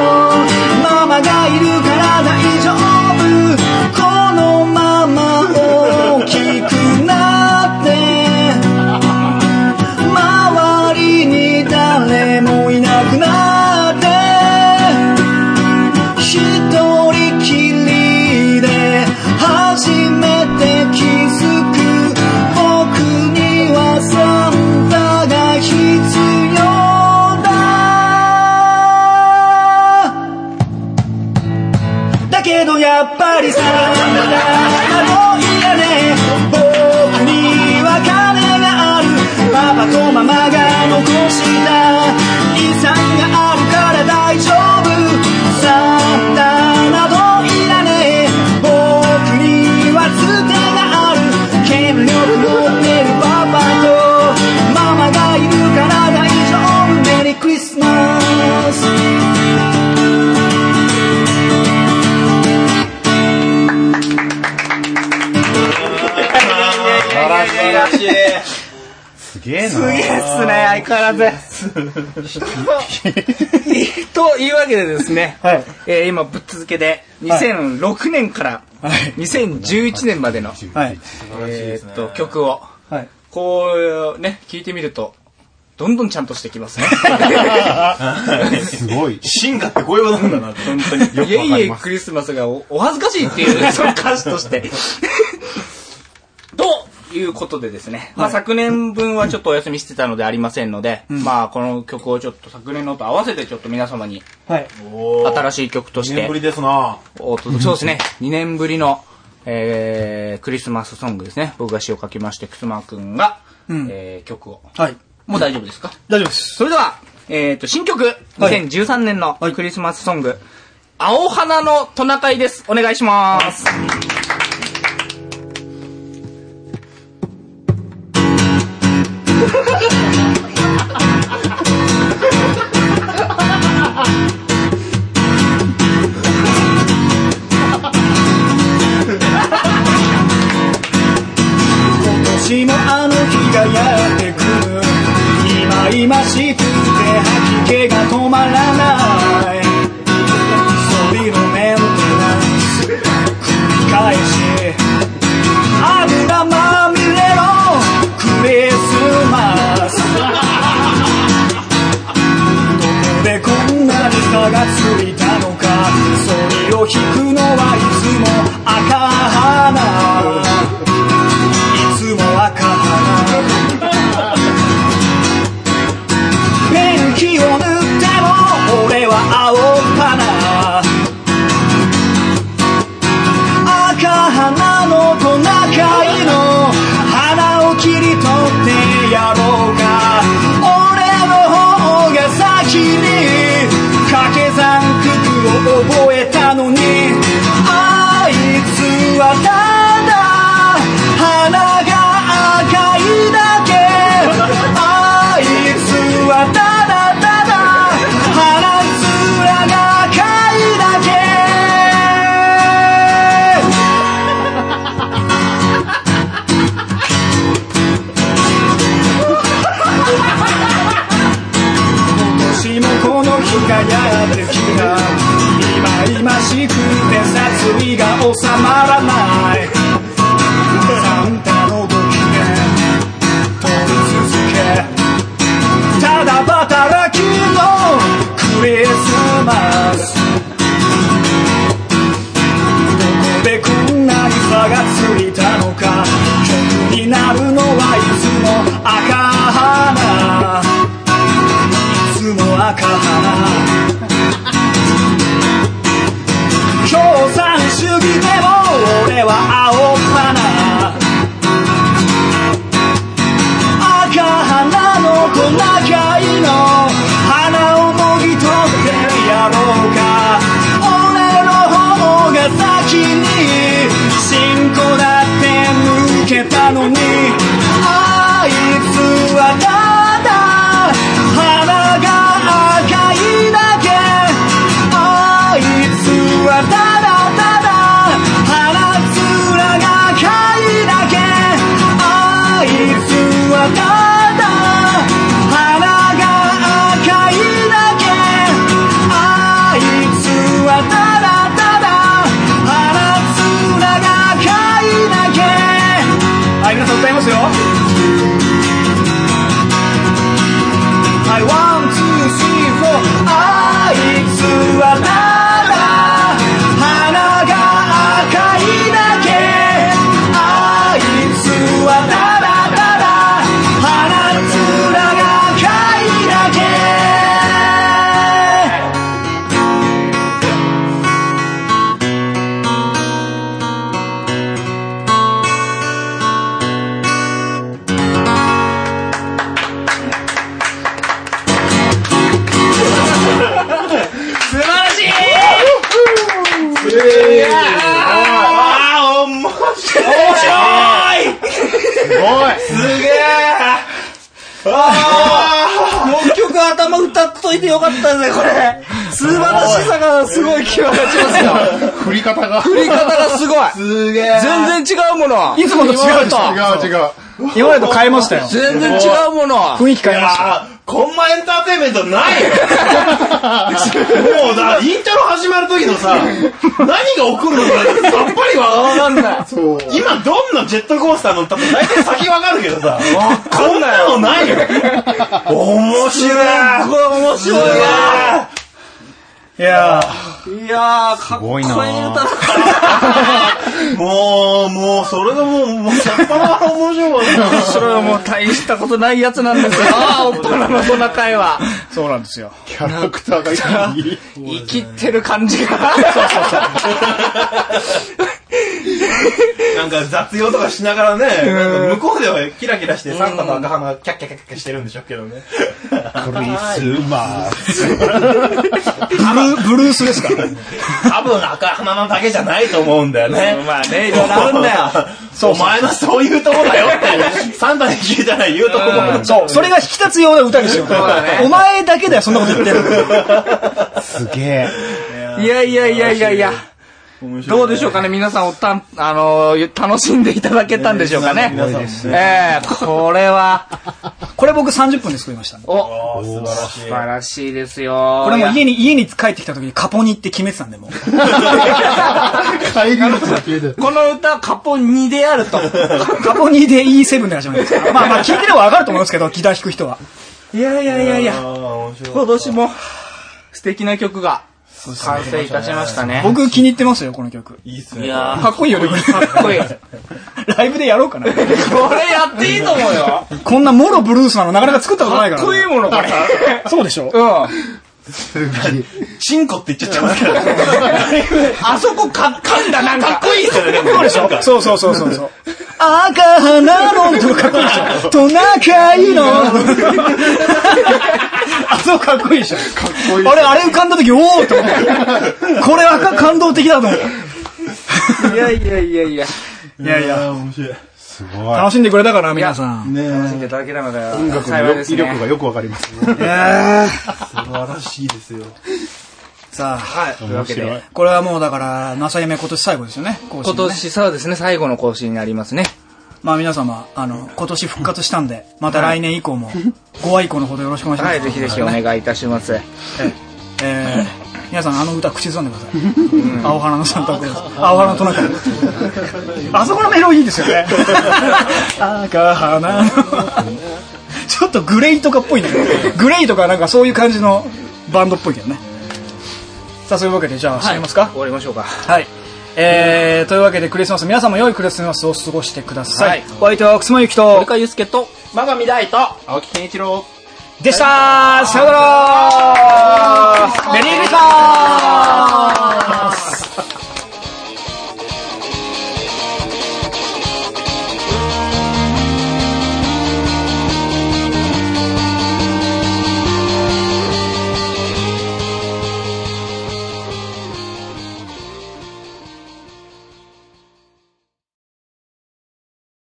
A: ママがいるから大丈夫このまま大きくなって周りに誰もいなくなって一人きりで初めて気づく僕にはサンタが必要だだけどやっぱりサンタなどいらねえ僕には金があるパパとママが残した遺産があるから大丈夫サンタなどいらねえ僕にはつてがある権力持ってるパパとママがいるから大丈夫メリークリスマス
B: あ
M: げえな。
B: すげえっすね、相変わらず。というわけでですね、
N: はい
B: えー今ぶっ続けで2006年から2011年までの、
N: はい。
B: えーっと曲を
N: はい。
B: こうね聴いてみるとどんどんちゃんとしてきますね。
E: すごい。
C: 進化ってこういうことなんだなって。本当に。よくわ
B: イェイ
C: か
B: イェ
C: り
B: イ
C: ます。
B: クリスマスがおお恥ずかしいって いう、その歌詞として。ということでですね、まあ昨年分はちょっとお休みしてたのでありませんので、まあこの曲をちょっと昨年のと合わせてちょっと皆様に
N: はい。
C: おー
B: 新しい曲とし
C: 2年
B: て
C: ぶりですな
B: お届けそうですね、2年ぶりの、えークリスマスソングですね。僕が詩を書きまして、くすまくんが、
N: ん
B: えー曲を。
N: はい。
B: もう大丈夫ですか
N: 大丈夫です。
B: それでは、えっ、と、新曲、2013年のクリスマスソング、青花のトナカイです。お願いします。
A: 年もあの日がやってくる今々しくて吐き気が止まらないソビのメンテナンス繰り返し油まみれのクリスマスどこでこんなに差がついたのかそれを引くのはいつも赤花いつも赤鼻ペンキを塗っても俺は青鼻赤鼻のトナカイの鼻を切り取ってやろうか俺の方が先に掛け算九九を覚えたのにあいつはただ鼻が赤いだけあいつはただただ鼻面が赤いだけ年もこの日がやってきた今今しくて殺意が収まらないサンタのご機嫌取り続けただ働きのクリスマスどこでこんなに差がついたのか曲になるのはいつも赤花いつも赤花共産主義でも俺は青花赤鼻のトナカイの鼻をもぎ取ってやろうか俺の方が先に進行だって抜けたのにあいつはただ鼻が赤いだけあいつはただただ鼻面が赤いだけあいつはただ鼻が赤いだけあいつはただただ鼻面が赤いだけはい皆さん歌いますよはいワンツースリーフォーあいつはただ鼻が赤いだけあいつはただただ鼻面が赤いだけ
B: 素晴らしい
N: 6曲頭歌っといてよかったですね、これ。
B: 素晴らしさがすごい際立ちますよ。
E: 振り方が。
B: 振り方がすごい。
C: すげえ。
B: 全然違うもの。
A: いつもと違うと。
E: 違う違う。
A: 今までと変えましたよ。
B: 全然違うもの。
A: 雰囲気変えました。
C: あ、こんなエンターテインメントないよもうだ、イントロ始まる時のさ、何が起こるのかさっぱりわからない。
E: そう。
C: 今どんなジェットコースター乗ったって大体先わかるけどさ、こんなのないよ。面白い。面白いわ。
A: いや
B: いやー、かっこいい歌だ。
C: もう、もう、それがもう、もう、しゃっぱなから面白いわ。
B: それはもう大したことないやつなんですよ。おっぱらのトナカイは。
A: そうなんですよ。
E: キャラクターがいい。
B: 生きてる感じが。
C: なんか雑用とかしながらね、なんか向こうではキラキラしてサンタと赤浜がキャッキャキャッキャしてるんでしょうけどね。
E: クリスマス。
A: ブルースですか
C: 多分赤浜だけじゃないと思うんだよね。
B: まあね、いろいろあるんだよ。
C: お前のそういうとこだよって、サンタに聞いたら言うとこも。
A: そう。それが引き立つような歌ですよ。お前だけだよ、そんなこと言ってる。
E: すげえ。
B: いやいやいやいやいや。どうでしょうかね皆さんおったん、あのー楽しんでいただけたんでしょうかね。
C: 皆さんもね
B: ええこれは、
A: これ僕30分で作りましたんで。
B: お、
C: おー
B: 素
C: 素晴らし
B: 晴らしいですよ。
A: これもう家に、家に帰ってきた時にカポニって決めてたんで、もう。
E: 会議の時消えてる。
B: この歌、カポ2であると。
A: カポニで E7 で始まりますから。まあまあ聞いてればわかると思いますけど、 ギター弾く人は。
B: いやいやいやい
C: い。
B: や、
C: ああ、面白い。
B: 今年も素敵な曲が完成いたしましたね。
A: 僕気に入ってますよ、この曲。
C: いいっす
B: い
C: ね。
B: や
A: かっこいいよね、これ。
B: ー、かっこいい。こ
A: ライブでやろうかな。
B: れやっていいと思うよ。
A: こんなもろブルースなのなかなか作ったことない
B: か
A: か
B: っ
A: ら。
B: こいいもの、これ。
A: そうでしょ
B: うん。
E: すげえ。
C: チンコって言っちゃってますけど。
B: あそこか、噛んだ、なんか。かっこいいですよね、
A: そうでしょそうそうそうそうそう。赤花のとかかっこいいでしょトナカイの。あ、そうかっこいいでしょかっこいい。あれ、あれ浮かんだ時、おおっと思ったこれはか感動的だと思う。
B: いやいやいやいや。
A: いやいや、
C: 面白い。
E: すごい。
A: 楽しんでくれたから、皆さん。
B: 楽しんでいただけたので、
E: 音楽
B: 幸
E: の
B: いです
E: 威
B: ね。
E: 力がよくわかります。
C: 素晴らしいですよ。
A: さあ、
E: 面白い。
A: これはもうだから、なさゆめ今年最後ですよね。今
B: 今。年、そうですね、最後の更新になりますね。
A: まあ皆様、あの、今年復活したんで、また来年以降も、ご愛顧のほどよろしくお願いします。
B: はい、ぜひぜひお願いいたします。
A: えー、皆さんあの歌口ずさんでください。青花のサンタクロース。青花のトナカイ。あそこのメロいいですよね。赤花の。ちょっとグレイとかっぽいんだけど、グレイとかなんかそういう感じのバンドっぽいけどね。さあ、そういうわけでじゃあ、閉めますか。
B: 終わりましょうか。
A: はい。えー、というわけでクリスマス、皆さんも良いクリスマスを過ごしてください。
B: はい
A: お相手は、くすまゆきと、
B: ゆうすけと、
C: まがみだいと、青木健一郎。
A: でしたーさよならメリークリスマス